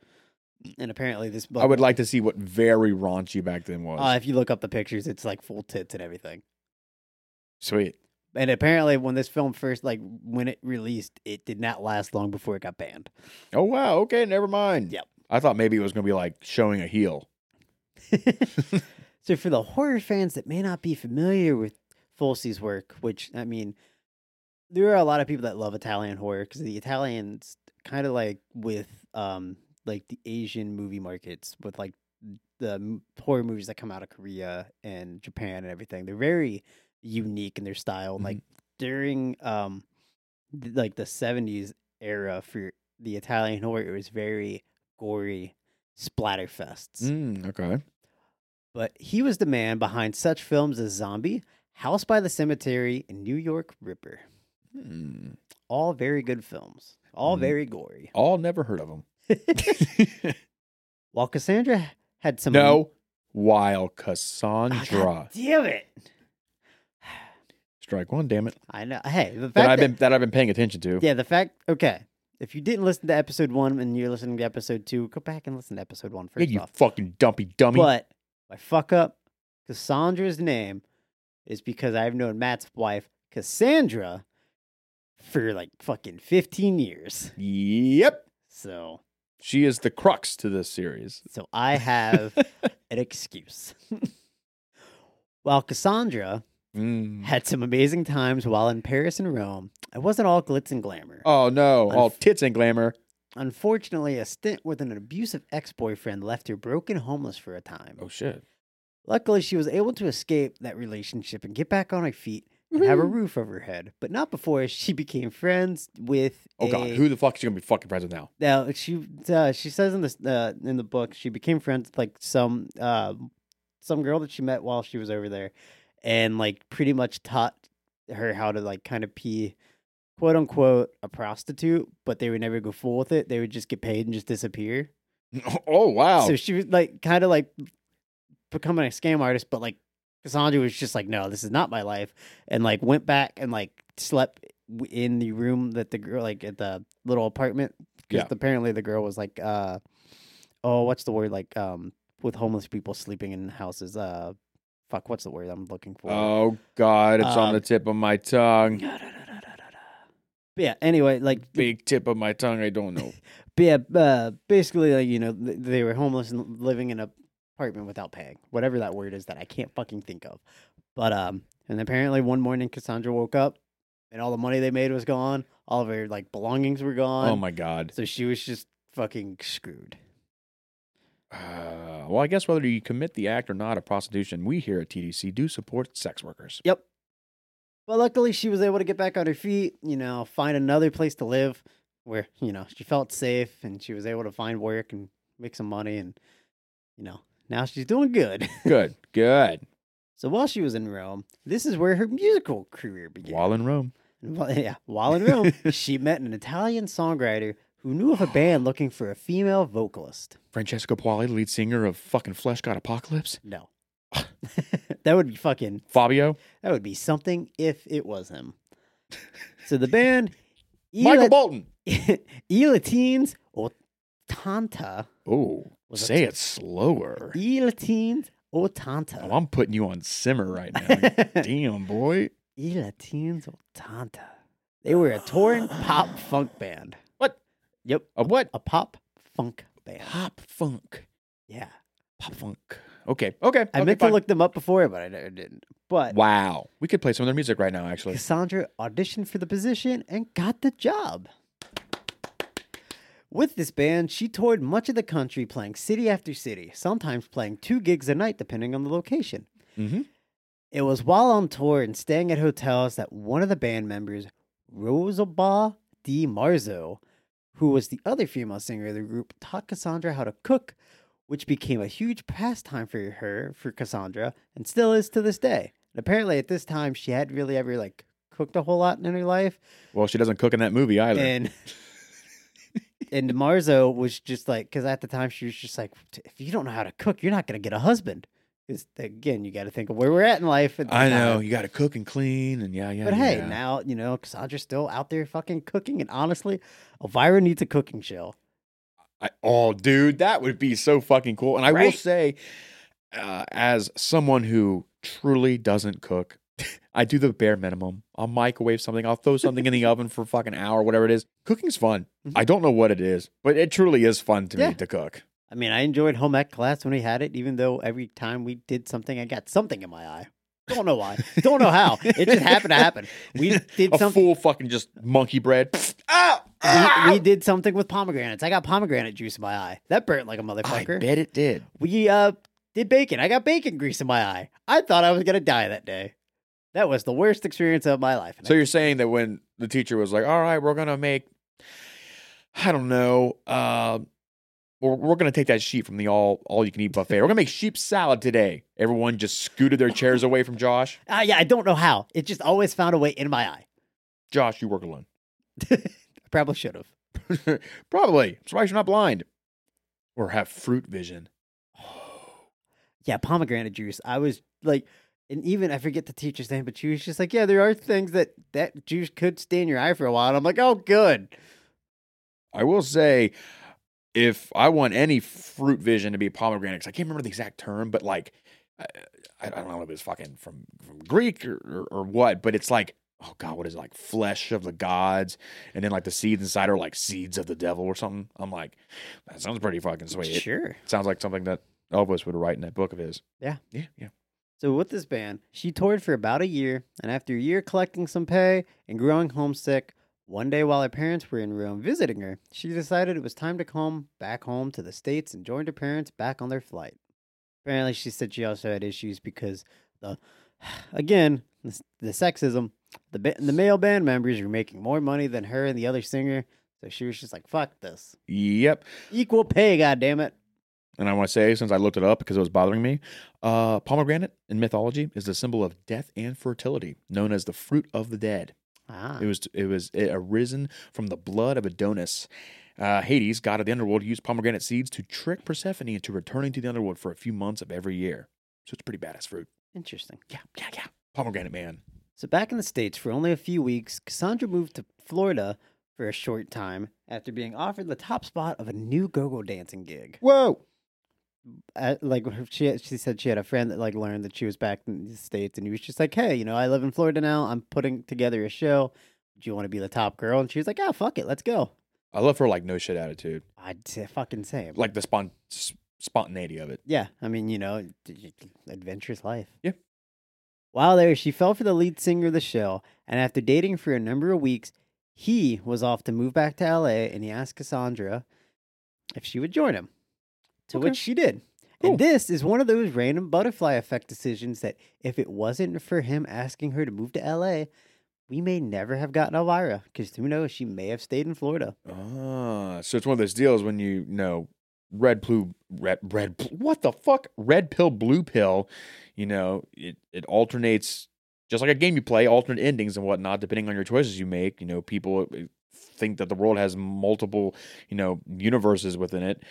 Speaker 2: and apparently this.
Speaker 1: I would like to see what very raunchy back then was.
Speaker 2: Uh, if you look up the pictures, it's like full tits and everything.
Speaker 1: Sweet.
Speaker 2: And apparently, when this film first, like when it released, it did not last long before it got banned.
Speaker 1: Oh wow. Okay. Never mind.
Speaker 2: Yep.
Speaker 1: I thought maybe it was gonna be like showing a heel.
Speaker 2: [LAUGHS] so for the horror fans that may not be familiar with Fulci's work, which I mean, there are a lot of people that love Italian horror because the Italians kind of like with um like the Asian movie markets with like the m- horror movies that come out of Korea and Japan and everything. They're very unique in their style. and, Like during um th- like the 70s era for the Italian horror, it was very gory splatterfests
Speaker 1: Mm, okay.
Speaker 2: but he was the man behind such films as Zombie, House by the Cemetery, and New York Ripper.
Speaker 1: Hmm.
Speaker 2: All very good films, all
Speaker 1: Mhm. [LAUGHS]
Speaker 2: very gory. [LAUGHS]
Speaker 1: All never heard of them.
Speaker 2: While Cassandra had some.
Speaker 1: no. While
Speaker 2: Ah,
Speaker 1: Cassandra.
Speaker 2: God damn it. [SIGHS]
Speaker 1: Strike one. Damn it.
Speaker 2: I know. Hey, the fact
Speaker 1: That I've
Speaker 2: that-
Speaker 1: been that I've been paying attention to.
Speaker 2: Yeah, the fact. Okay. If you didn't listen to episode one and you're listening to episode two, go back and listen to episode one
Speaker 1: Yeah,
Speaker 2: first
Speaker 1: you
Speaker 2: off.
Speaker 1: fucking dumpy dummy.
Speaker 2: But my fuck up Cassandra's name is because I've known Matt's wife, Cassandra, for like fucking 15 years.
Speaker 1: yep.
Speaker 2: So
Speaker 1: She is the crux to this series.
Speaker 2: so I have an excuse. [LAUGHS] while Cassandra
Speaker 1: Mm.
Speaker 2: had some amazing times while in Paris and Rome, I wasn't all glitz and glamour.
Speaker 1: Oh no, all tits and glamour.
Speaker 2: Unfortunately, a stint with an abusive ex boyfriend left her broken homeless for a time.
Speaker 1: Oh shit.
Speaker 2: Luckily, she was able to escape that relationship and get back on her feet and have a
Speaker 1: Mm-hmm.
Speaker 2: roof over her head, but not before she became friends with.
Speaker 1: Oh god,
Speaker 2: a-
Speaker 1: who the fuck is she gonna be fucking friends with now? [LAUGHS]
Speaker 2: Now she uh, she says in this uh, in the book she became friends with like some uh, some girl that she met while she was over there, and like pretty much taught her how to like kind of pee, quote unquote, a prostitute. But they would never go full with it. They would just get paid and just disappear.
Speaker 1: Oh wow.
Speaker 2: So she was like kind of like becoming a scam artist, but like Cassandra was just like, no, this is not my life, and like went back and like slept w- in the room that the girl like at the little apartment because
Speaker 1: Yeah.
Speaker 2: apparently the girl was like, uh, oh, what's the word like um with homeless people sleeping in houses? Uh, fuck, what's the word I'm looking for?
Speaker 1: oh god, it's on
Speaker 2: Um,
Speaker 1: the tip of my tongue.
Speaker 2: But yeah. Anyway, like
Speaker 1: Big tip of my tongue. I don't know.
Speaker 2: But yeah, b- uh, basically, like you know, th- they were homeless and living in a apartment without paying, whatever that word is that I can't fucking think of. But um, and apparently one morning Cassandra woke up, and all the money they made was gone, all of her like belongings were gone.
Speaker 1: oh my god.
Speaker 2: So she was just fucking screwed.
Speaker 1: Uh, well, I guess whether you commit the act or not of prostitution, we here at TDC do support sex workers.
Speaker 2: Yep. But luckily, she was able to get back on her feet. You know, find another place to live where you know she felt safe, and she was able to find work and make some money, and you know now she's doing good.
Speaker 1: Good, [LAUGHS] good.
Speaker 2: So while she was in Rome, this is where her musical career began.
Speaker 1: While in Rome.
Speaker 2: Well, yeah, while
Speaker 1: [LAUGHS]
Speaker 2: in Rome, she met an Italian songwriter who knew of a band looking for a female vocalist.
Speaker 1: Francesco Puali, lead singer of fucking Flesh God Apocalypse.
Speaker 2: No. [LAUGHS] that would be fucking
Speaker 1: Fabio.
Speaker 2: that would be something if it was him. So the band
Speaker 1: [LAUGHS] Michael Bolton.
Speaker 2: [LAUGHS] Elatines or Tanta.
Speaker 1: Oh,
Speaker 2: Was
Speaker 1: say
Speaker 2: it-
Speaker 1: it slower.
Speaker 2: Elatines or
Speaker 1: Oh,
Speaker 2: Tanta.
Speaker 1: I'm putting you on simmer right
Speaker 2: [LAUGHS]
Speaker 1: now. Damn, boy.
Speaker 2: Elatines or Tanta. They were a touring pop funk band.
Speaker 1: What?
Speaker 2: Yep.
Speaker 1: A what?
Speaker 2: a pop funk
Speaker 1: [SIGHS]
Speaker 2: band.
Speaker 1: Pop funk.
Speaker 2: Yeah,
Speaker 1: Pop funk. Okay, okay.
Speaker 2: I
Speaker 1: okay,
Speaker 2: meant
Speaker 1: fine.
Speaker 2: to look them up before, but I never didn't. But
Speaker 1: Wow. We could play some of their music right now, actually.
Speaker 2: Cassandra auditioned for the position and got the job. With this band, she toured much of the country, playing city after city, sometimes playing two gigs a night, depending on the location.
Speaker 1: Mm-hmm.
Speaker 2: It was while on tour and staying at hotels that one of the band members, Rosalba Di Marzo, who was the other female singer of the group, taught Cassandra how to cook, which became a huge pastime for her, for Cassandra, and still is to this day. And apparently, at this time, she hadn't really ever like cooked a whole lot in her life,
Speaker 1: Well, she doesn't cook in that movie either.
Speaker 2: and [LAUGHS] and Marzo was just like, because at the time she was just like, if you don't know how to cook, you're not gonna get a husband. Because again, you got to think of where we're at in life. at the
Speaker 1: I know.
Speaker 2: time.
Speaker 1: You got to cook and clean and yeah, yeah.
Speaker 2: But hey,
Speaker 1: yeah.
Speaker 2: now you know Cassandra's still out there fucking cooking, and honestly, Elvira needs a cooking show.
Speaker 1: I, oh, dude, that would be so fucking cool. And I will
Speaker 2: Right?
Speaker 1: say, uh, as someone who truly doesn't cook, [LAUGHS] I do the bare minimum. I'll microwave something. I'll throw something [LAUGHS] in the oven for a fucking hour, whatever it is. Cooking's fun.
Speaker 2: Mhm.
Speaker 1: I don't know what it is, but it truly is fun to
Speaker 2: Yeah.
Speaker 1: me to cook.
Speaker 2: I mean, I enjoyed home ec class when we had it, even though every time we did something, I got something in my eye. Don't know why. Don't know how. It just happened to happen. We
Speaker 1: [LAUGHS]
Speaker 2: did
Speaker 1: A
Speaker 2: something.
Speaker 1: full fucking just monkey bread. [LAUGHS] ah,
Speaker 2: We,
Speaker 1: [LAUGHS]
Speaker 2: we
Speaker 1: ah!
Speaker 2: did something with pomegranates. I got pomegranate juice in my eye. That burnt like a
Speaker 1: I
Speaker 2: motherfucker.
Speaker 1: bet it did.
Speaker 2: We uh did bacon. I got bacon grease in my eye. I thought I was gonna die that day. That was the worst experience of my life.
Speaker 1: So you're saying that when the teacher was like, "All right, we're gonna make," I don't know, uh, we're, we're gonna take that sheep from the all all you can eat buffet. We're gonna make sheep salad today. Everyone just scooted their chairs away from Josh.
Speaker 2: Ah, yeah, I don't know how. It just always found a way in my eye.
Speaker 1: Josh, you work alone.
Speaker 2: I probably should have.
Speaker 1: Probably. I'm surprised you're not blind or have fruit vision.
Speaker 2: [GASPS] yeah, pomegranate juice. I was like, and even I forget the teacher's name, but she was just like, yeah, there are things that that juice could stay in your eye for a while. And I'm like, oh, good.
Speaker 1: I will say, if I want any fruit vision to be pomegranate, 'cause I can't remember the exact term, but like, I, I don't know if it's fucking from, from Greek or, or, or what, but it's like, oh God, what is it? Like flesh of the gods. And then like the seeds inside are like seeds of the devil or something. I'm like, that sounds pretty fucking sweet. It
Speaker 2: Sure.
Speaker 1: sounds like something that Elvis would write in that book of his.
Speaker 2: Yeah.
Speaker 1: Yeah. Yeah.
Speaker 2: So with this band, she toured for about a year, and after a year collecting some pay and growing homesick, one day while her parents were in Rome visiting her, she decided it was time to come back home to the States and joined her parents back on their flight. Apparently, she said she also had issues because the, [SIGHS] again, the, s- the sexism, the ba- the male band members were making more money than her and the other singer, so she was just like, "Fuck this,
Speaker 1: Yep.
Speaker 2: equal pay, goddammit."
Speaker 1: and I want to say, since I looked it up because it was bothering me, uh, pomegranate in mythology is the symbol of death and fertility, known as the fruit of the dead.
Speaker 2: Ah,
Speaker 1: It was it was it arisen from the blood of Adonis. Uh, Hades, god of the underworld, used pomegranate seeds to trick Persephone into returning to the underworld for a few months of every year. So it's a pretty badass fruit.
Speaker 2: interesting.
Speaker 1: Yeah, yeah, yeah. Pomegranate man.
Speaker 2: So back in the States for only a few weeks, Cassandra moved to Florida for a short time after being offered the top spot of a new go-go dancing gig.
Speaker 1: Whoa.
Speaker 2: Uh, like her- she had- she said she had a friend that like learned that she was back in the States and he was just like, "Hey, you know, I live in Florida now. I'm putting together a show. Do you want to be the top girl?" And she was like, "Yeah, fuck it. Let's go."
Speaker 1: I love her like no shit attitude,
Speaker 2: I'd say fucking same.
Speaker 1: like the spon- s- spontaneity of it.
Speaker 2: Yeah, I mean, you know, d- d- adventurous life.
Speaker 1: Yeah.
Speaker 2: While there, she fell for the lead singer of the show, and after dating for a number of weeks, he was off to move back to LA, and he asked Cassandra if she would join him. To
Speaker 1: Okay.
Speaker 2: which she did.
Speaker 1: Cool.
Speaker 2: And this is one of those random butterfly effect decisions that if it wasn't for him asking her to move to LA, we may never have gotten Elvira, because who knows, she may have stayed in Florida.
Speaker 1: Ah, so it's one of those deals when you, you know red blue red red pl- what the fuck red pill blue pill, you know it it alternates just like a game you play alternate endings and whatnot depending on your choices you make. You know people uh, think that the world has multiple you know universes within it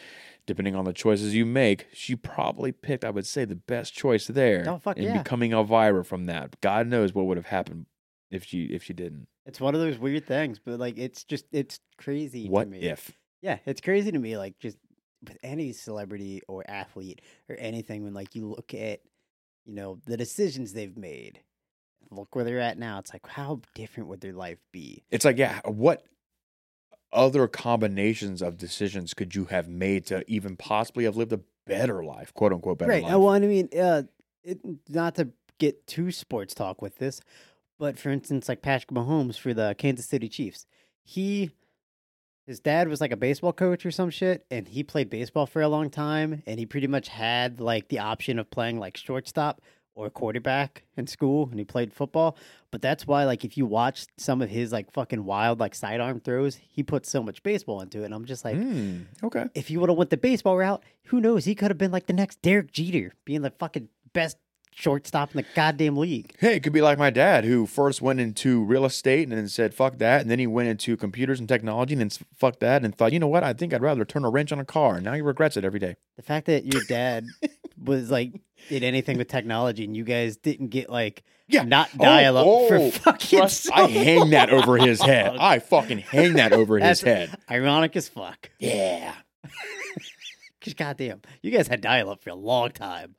Speaker 1: depending on the choices you make. She probably picked I would say the best choice there
Speaker 2: Oh, fuck
Speaker 1: in
Speaker 2: yeah.
Speaker 1: becoming Elvira from that. God knows what would have happened if she if she didn't.
Speaker 2: It's one of those weird things, but like, it's just, it's crazy.
Speaker 1: What
Speaker 2: to me.
Speaker 1: if?
Speaker 2: Yeah, it's crazy to me, like just with any celebrity or athlete or anything, when like you look at, you know, the decisions they've made, look where they're at now. It's like, how different would their life be?
Speaker 1: it's like yeah what other combinations of decisions could you have made to even possibly have lived a better life quote unquote better
Speaker 2: right.
Speaker 1: life
Speaker 2: uh, Well, I mean, uh, it, not to get too sports talk with this, but for instance, like Patrick Mahomes for the Kansas City Chiefs, he. His dad was like a baseball coach or some shit, and he played baseball for a long time. And he pretty much had like the option of playing like shortstop or quarterback in school, and he played football. But that's why, like, if you watch some of his like fucking wild like sidearm throws, he put so much baseball into it. And I'm just like,
Speaker 1: Hmm, okay
Speaker 2: if he would have went the baseball route, who knows? He could have been like the next Derek Jeter, being the fucking best shortstop in the goddamn league.
Speaker 1: hey it could be like my dad who first went into real estate and then said fuck that and then he went into computers and technology and then s- fuck that and thought you know what i think i'd rather turn a wrench on a car and now he regrets it every day
Speaker 2: The fact that your
Speaker 1: [LAUGHS]
Speaker 2: dad was like did anything with technology and you guys didn't get like
Speaker 1: Yeah.
Speaker 2: not dial up
Speaker 1: oh,
Speaker 2: for fucking [LAUGHS]
Speaker 1: Trust- i hang that over his head i fucking hang that over his
Speaker 2: That's-
Speaker 1: head
Speaker 2: ironic as fuck.
Speaker 1: yeah
Speaker 2: Cause goddamn, you guys had dial up for a long time.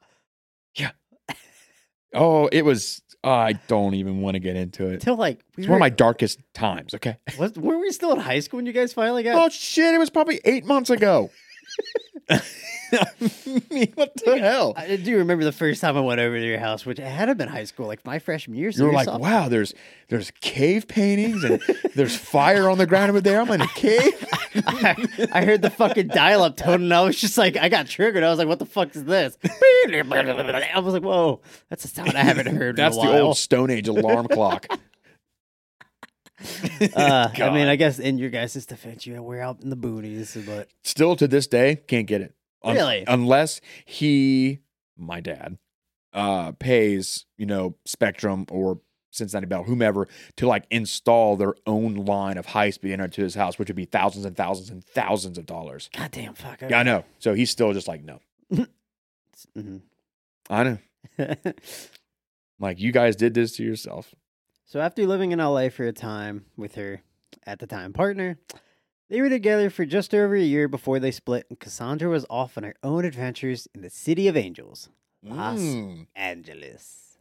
Speaker 1: oh it was i don't even want to get into it
Speaker 2: Until like we
Speaker 1: It's
Speaker 2: were
Speaker 1: one of my darkest times, okay?
Speaker 2: was, were we still in high school when you guys finally got
Speaker 1: [LAUGHS] Oh shit, it was probably eight months ago. [LAUGHS] I mean, what the hell?
Speaker 2: I do remember the first time I went over to your house, which it had been high school, like my freshman year. So
Speaker 1: You were
Speaker 2: your
Speaker 1: like,
Speaker 2: soph-
Speaker 1: wow, there's there's cave paintings and there's fire on the ground over there. I'm in a cave.
Speaker 2: I, I heard the fucking dial up tone and I was just like, I got triggered. I was like, what the fuck is this? I was like, whoa, that's a sound I haven't heard
Speaker 1: That's
Speaker 2: in a
Speaker 1: the
Speaker 2: while.
Speaker 1: old Stone Age alarm [LAUGHS] clock.
Speaker 2: uh, I mean,
Speaker 1: God.
Speaker 2: I guess in your guys' defense, you know, we're out in the boonies, but
Speaker 1: Still to this day, can't get it.
Speaker 2: Really?
Speaker 1: Unless he, my dad, uh, pays, you know, Spectrum or Cincinnati Bell, whomever, to like install their own line of high speed internet to his house, which would be thousands and thousands and thousands of dollars.
Speaker 2: goddamn fuck.
Speaker 1: Yeah, I know. So he's still just like, no,
Speaker 2: Mhm.
Speaker 1: I know.
Speaker 2: Mm-hmm. [LAUGHS]
Speaker 1: Like, you guys did this to yourself.
Speaker 2: so after living in LA for a time with her at the time partner, They were together for just over a year before they split, and Cassandra was off on her own adventures in the City of Angels, Las
Speaker 1: Mm.
Speaker 2: Angeles.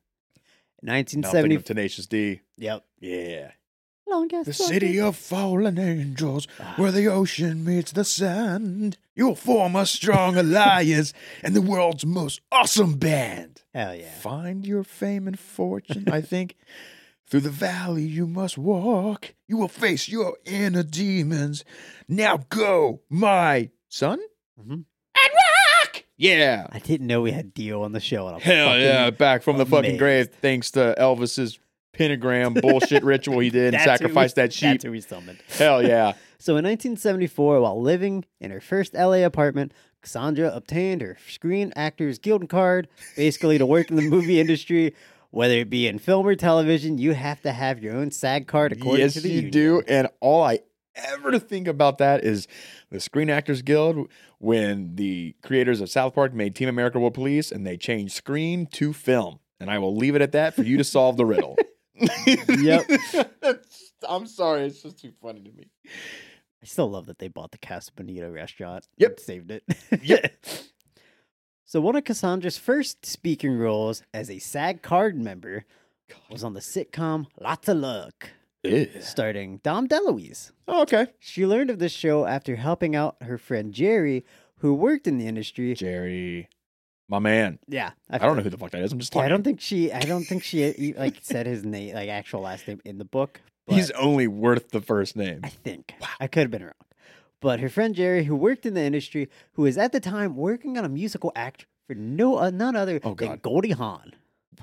Speaker 1: Now I'm thinking
Speaker 2: 1970.
Speaker 1: of Tenacious D.
Speaker 2: Yep.
Speaker 1: Yeah.
Speaker 2: Longest
Speaker 1: The city of fallen angels, where the ocean meets the sand. You'll form a strong alliance and the world's most awesome band.
Speaker 2: Hell yeah.
Speaker 1: Find your fame and fortune, I think. Through the valley you must walk. You will face your inner demons. Now go, my son.
Speaker 2: Mhm.
Speaker 1: And rock! Mm-hmm. Yeah.
Speaker 2: I didn't know we had Dio on the show. And I'm
Speaker 1: Hell
Speaker 2: fucking-
Speaker 1: yeah. Back from the fucking
Speaker 2: amazed.
Speaker 1: grave, thanks to Elvis's pentagram bullshit ritual he [LAUGHS] did and
Speaker 2: That's who we-
Speaker 1: sacrificed that sheep.
Speaker 2: That's who we summoned.
Speaker 1: Hell yeah.
Speaker 2: So in 1974, while living in her first LA apartment, Cassandra obtained her Screen Actors Guild card, basically to work in the movie [LAUGHS] industry. Whether it be in film or television, you have to have your own SAG card according
Speaker 1: yes,
Speaker 2: to the
Speaker 1: you
Speaker 2: union.
Speaker 1: do. And all I ever think about that is the Screen Actors Guild when the creators of South Park made Team America World Police and they changed screen to film. And I will leave it at that for you to solve the riddle.
Speaker 2: [LAUGHS]
Speaker 1: [LAUGHS]
Speaker 2: Yep.
Speaker 1: I'm sorry, it's just too funny to me.
Speaker 2: I still love that they bought the Casa Bonito restaurant.
Speaker 1: Yep.
Speaker 2: and saved it.
Speaker 1: Yep.
Speaker 2: So one of Cassandra's first speaking roles as a SAG card member was on the sitcom Lots of Luck, starring Dom DeLuise.
Speaker 1: Oh, okay.
Speaker 2: She learned of this show after helping out her friend Jerry, who worked in the industry.
Speaker 1: Jerry, my man.
Speaker 2: yeah,
Speaker 1: I don't know who the fuck that is. I'm just
Speaker 2: [LAUGHS] Yeah, I
Speaker 1: talking.
Speaker 2: don't think she. I don't think she
Speaker 1: [LAUGHS]
Speaker 2: e- like said his name, like actual last name, in the book. But
Speaker 1: He's only worth the first name.
Speaker 2: I think I could have been wrong. But her friend Jerry, who worked in the industry, who was at the time working on a musical act for no uh, none other
Speaker 1: Oh,
Speaker 2: than
Speaker 1: God.
Speaker 2: Goldie Hawn.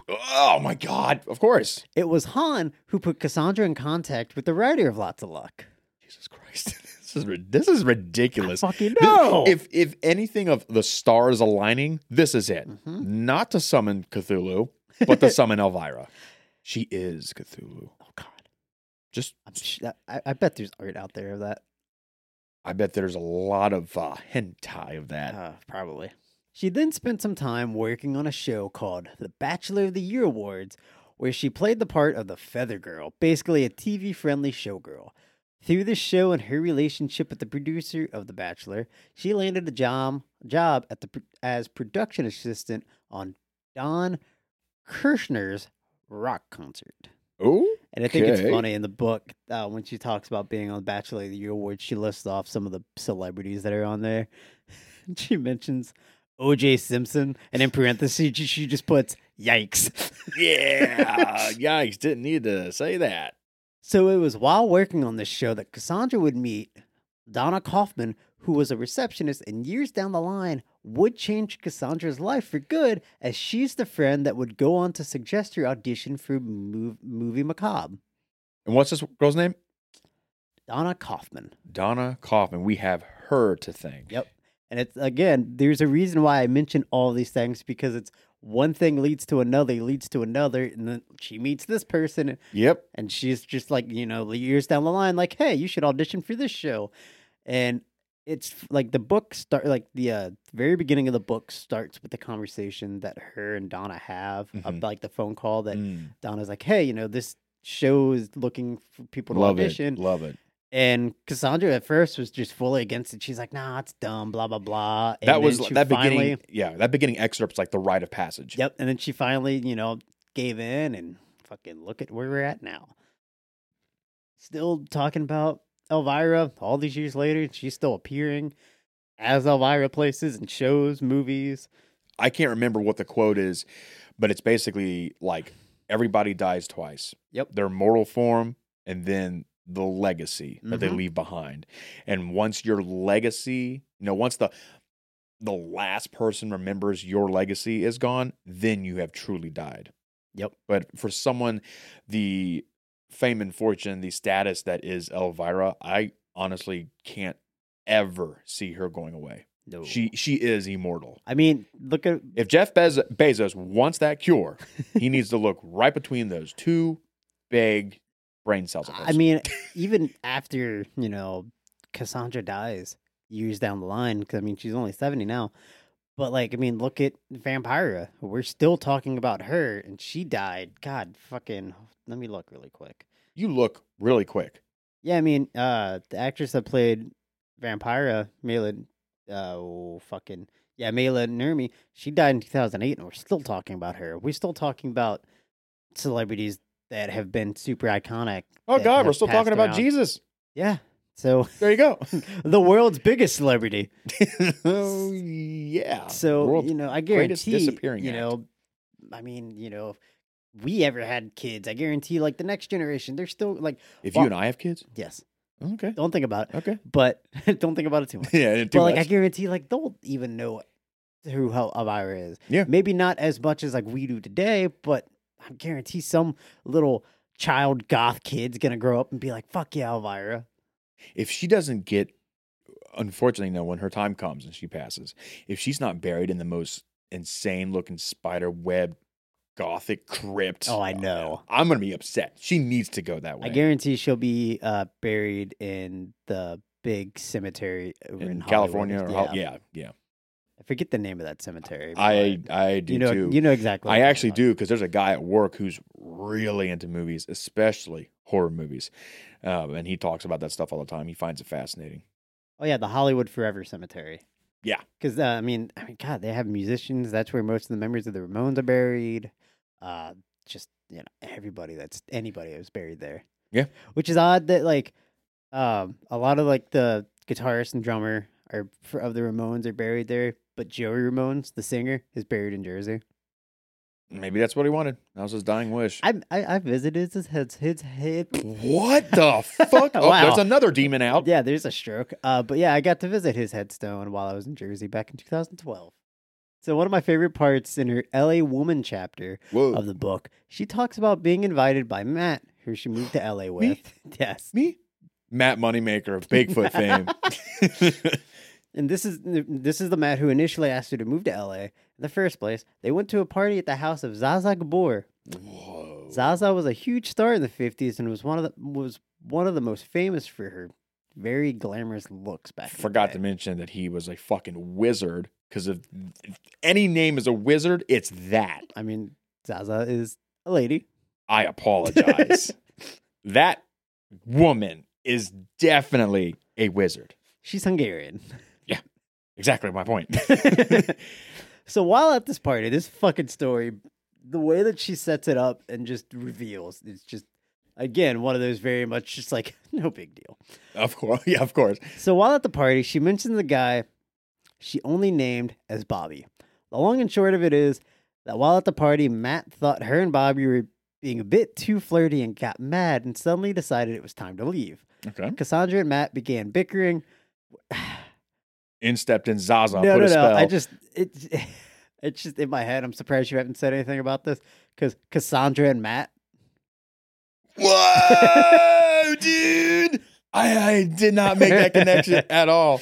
Speaker 1: Oh my god! Of course.
Speaker 2: It was Hahn who put Cassandra in contact with the writer of Lots of Luck.
Speaker 1: Jesus Christ. [LAUGHS] This is rid- this is ridiculous.
Speaker 2: Fucking
Speaker 1: Th-
Speaker 2: no!
Speaker 1: If if anything of the stars aligning, this is it.
Speaker 2: Mhm.
Speaker 1: Not to summon Cthulhu, but
Speaker 2: [LAUGHS]
Speaker 1: to summon Elvira. She is Cthulhu.
Speaker 2: oh God,
Speaker 1: Just
Speaker 2: I'm sh- that- I, I bet there's art out there of that.
Speaker 1: I bet there's a lot of uh, hentai of that.
Speaker 2: Uh, probably. She then spent some time working on a show called The Bachelor of the Year Awards, where she played the part of the Feather Girl, basically a TV friendly showgirl. Through this show and her relationship with the producer of The Bachelor, she landed a job, job at the, pr- as production assistant on Don Kirshner's rock concert. [LAUGHS]
Speaker 1: oh,
Speaker 2: And I think it's
Speaker 1: Okay.
Speaker 2: funny in the book uh, when she talks about being on the Bachelor of the Year Awards, she lists off some of the celebrities that are on there. [LAUGHS] And she mentions O.J. Simpson, and in parentheses, she, she just puts "yikes." [LAUGHS]
Speaker 1: yeah. Yikes! Didn't need to say that.
Speaker 2: so it was while working on this show that Cassandra would meet Donna Kaufman, who was a receptionist, and years down the line would change Cassandra's life for good, as she's the friend that would go on to suggest her audition for mov- movie Macabre.
Speaker 1: And what's this girl's name?
Speaker 2: Donna Kaufman.
Speaker 1: Donna Kaufman. We have her to thank.
Speaker 2: Yep. And it's again, there's a reason why I mention all these things because it's one thing leads to another, leads to another, and then she meets this person,
Speaker 1: Yep.
Speaker 2: and she's just like, you know, years down the line, like, hey, you should audition for this show, and it's like the book start, like the uh, very beginning of the book starts with the conversation that her and Donna have, of,
Speaker 1: Mhm.
Speaker 2: like the phone call that
Speaker 1: Mm.
Speaker 2: Donna's like, hey, you know, this show is looking for people to
Speaker 1: Love
Speaker 2: audition,
Speaker 1: it. Love it.
Speaker 2: and Cassandra at first was just fully against it. She's like, "Nah, it's dumb." Blah blah blah. And
Speaker 1: That
Speaker 2: then
Speaker 1: was
Speaker 2: she
Speaker 1: that
Speaker 2: finally,
Speaker 1: beginning. Yeah, that beginning excerpt's like the rite of passage.
Speaker 2: Yep. And then she finally, you know, gave in and fucking look at where we're at now. Still talking about Elvira all these years later. She's still appearing as Elvira places and shows, movies.
Speaker 1: I can't remember what the quote is, but it's basically like everybody dies twice.
Speaker 2: Yep.
Speaker 1: Their mortal form and then the legacy that they
Speaker 2: Mhm.
Speaker 1: leave behind. And once your legacy, you know, once the the last person remembers your legacy is gone, then you have truly died.
Speaker 2: Yep.
Speaker 1: But for someone the fame and fortune, the status that is Elvira, I honestly can't ever see her going away.
Speaker 2: No.
Speaker 1: She she is immortal.
Speaker 2: I mean, look at
Speaker 1: If Jeff Bez- Bezos wants that cure, he needs to look [LAUGHS] right between those two big brain cells. Of his.
Speaker 2: I mean, even after you know Cassandra dies years down the line, because I mean she's only seventy now. But like, I mean, look at Vampira. We're still talking about her, and she died. God, fucking. Let me look really quick.
Speaker 1: you look really quick.
Speaker 2: Yeah, I mean, uh, the actress that played Vampira, Mayla, uh, oh, fucking yeah, Mayla Nurmi, she died in 2008, and we're still talking about her. We're still talking about celebrities that have been super iconic.
Speaker 1: Oh
Speaker 2: that
Speaker 1: God, we're
Speaker 2: have
Speaker 1: still
Speaker 2: passed
Speaker 1: talking about
Speaker 2: around.
Speaker 1: Jesus.
Speaker 2: Yeah. So
Speaker 1: There you
Speaker 2: [LAUGHS]
Speaker 1: go.
Speaker 2: the world's biggest celebrity.
Speaker 1: oh yeah.
Speaker 2: So
Speaker 1: World's
Speaker 2: you know, I
Speaker 1: greatest
Speaker 2: guarantee.
Speaker 1: disappearing
Speaker 2: You
Speaker 1: act.
Speaker 2: know, I mean, you know, if we ever had kids, I guarantee, like the next generation, they're still like,
Speaker 1: If you and I have kids,
Speaker 2: yes,
Speaker 1: okay,
Speaker 2: don't think about it, [LAUGHS]
Speaker 1: okay,
Speaker 2: but don't think about it too much.
Speaker 1: yeah, [LAUGHS] too
Speaker 2: but like, I
Speaker 1: much.
Speaker 2: guarantee, like they'll even know who Hel- Elvira is.
Speaker 1: Yeah.
Speaker 2: maybe not as much as like we do today, but I guarantee some little child goth kid's gonna grow up and be like, "Fuck yeah, Elvira."
Speaker 1: if she doesn't get, unfortunately, no, when her time comes and she passes, if she's not buried in the most insane looking spider web, gothic crypt,
Speaker 2: Oh, I know.
Speaker 1: I'm gonna be upset. She needs to go that way.
Speaker 2: I guarantee she'll be uh, buried in the big cemetery over in,
Speaker 1: in
Speaker 2: Hollywood.
Speaker 1: California, or Hol- yeah, yeah,
Speaker 2: I forget the name of that cemetery.
Speaker 1: I
Speaker 2: but
Speaker 1: I do
Speaker 2: you know uh,
Speaker 1: too.
Speaker 2: you know exactly. what
Speaker 1: I
Speaker 2: I'm
Speaker 1: actually
Speaker 2: talking
Speaker 1: do because there's a guy at work who's really into movies, especially horror movies, um, and he talks about that stuff all the time. He finds it fascinating.
Speaker 2: about. Oh yeah, the Hollywood Forever Cemetery.
Speaker 1: Yeah.
Speaker 2: because uh, I mean, I mean, God, they have musicians. That's where most of the members of the Ramones are buried. Uh, just you know, everybody that's anybody that was buried there.
Speaker 1: Yeah.
Speaker 2: which is odd that like, um, a lot of like the guitarist and drummer are for, of the Ramones are buried there, but Joey Ramones, the singer, is buried in Jersey.
Speaker 1: Maybe that's what he wanted. That was his dying wish.
Speaker 2: I I, I visited his his his hip.
Speaker 1: what the
Speaker 2: [LAUGHS]
Speaker 1: fuck? Oh,
Speaker 2: Wow.
Speaker 1: there's another demon out.
Speaker 2: Yeah, there's a stroke. Uh, but yeah, I got to visit his headstone while I was in Jersey back in 2012. So one of my favorite parts in her LA Woman chapter
Speaker 1: Whoa.
Speaker 2: of the book, she talks about being invited by Matt, who she moved to
Speaker 1: [GASPS]
Speaker 2: LA with. [LAUGHS] Yes.
Speaker 1: Me? Matt Moneymaker of
Speaker 2: [LAUGHS]
Speaker 1: Bigfoot fame.
Speaker 2: And this is this is the Matt who initially asked her to move to LA in the first place. They went to a party at the house of Zaza Gabor,
Speaker 1: Whoa.
Speaker 2: Zaza was a huge star in the fifties and was one of the was one of the most famous for her very glamorous looks back. in
Speaker 1: [LAUGHS]
Speaker 2: the
Speaker 1: Forgot
Speaker 2: day.
Speaker 1: to mention that he was a fucking wizard because if, if any name is a wizard, it's that.
Speaker 2: I mean, Zaza is a lady.
Speaker 1: I [LAUGHS] apologize. that woman is definitely a wizard.
Speaker 2: She's Hungarian. [LAUGHS]
Speaker 1: Exactly my point. [LAUGHS]
Speaker 2: so while at this party, this fucking story, the way that she sets it up and just reveals, it's just again one of those very much just like [LAUGHS] no big deal.
Speaker 1: of course, yeah, of course.
Speaker 2: So while at the party, she mentioned the guy she only named as Bobby. The long and short of it is that while at the party, Matt thought her and Bobby were being a bit too flirty and got mad and suddenly decided it was time to leave.
Speaker 1: Okay.
Speaker 2: Cassandra and Matt began bickering.
Speaker 1: In stepped in Zaza.
Speaker 2: no,
Speaker 1: put
Speaker 2: no,
Speaker 1: a spell.
Speaker 2: no. I just it's [LAUGHS] it's just in my head. I'm surprised you haven't said anything about this because Cassandra and Matt.
Speaker 1: [LAUGHS] Whoa, dude! I, I did not make that [LAUGHS] connection at all.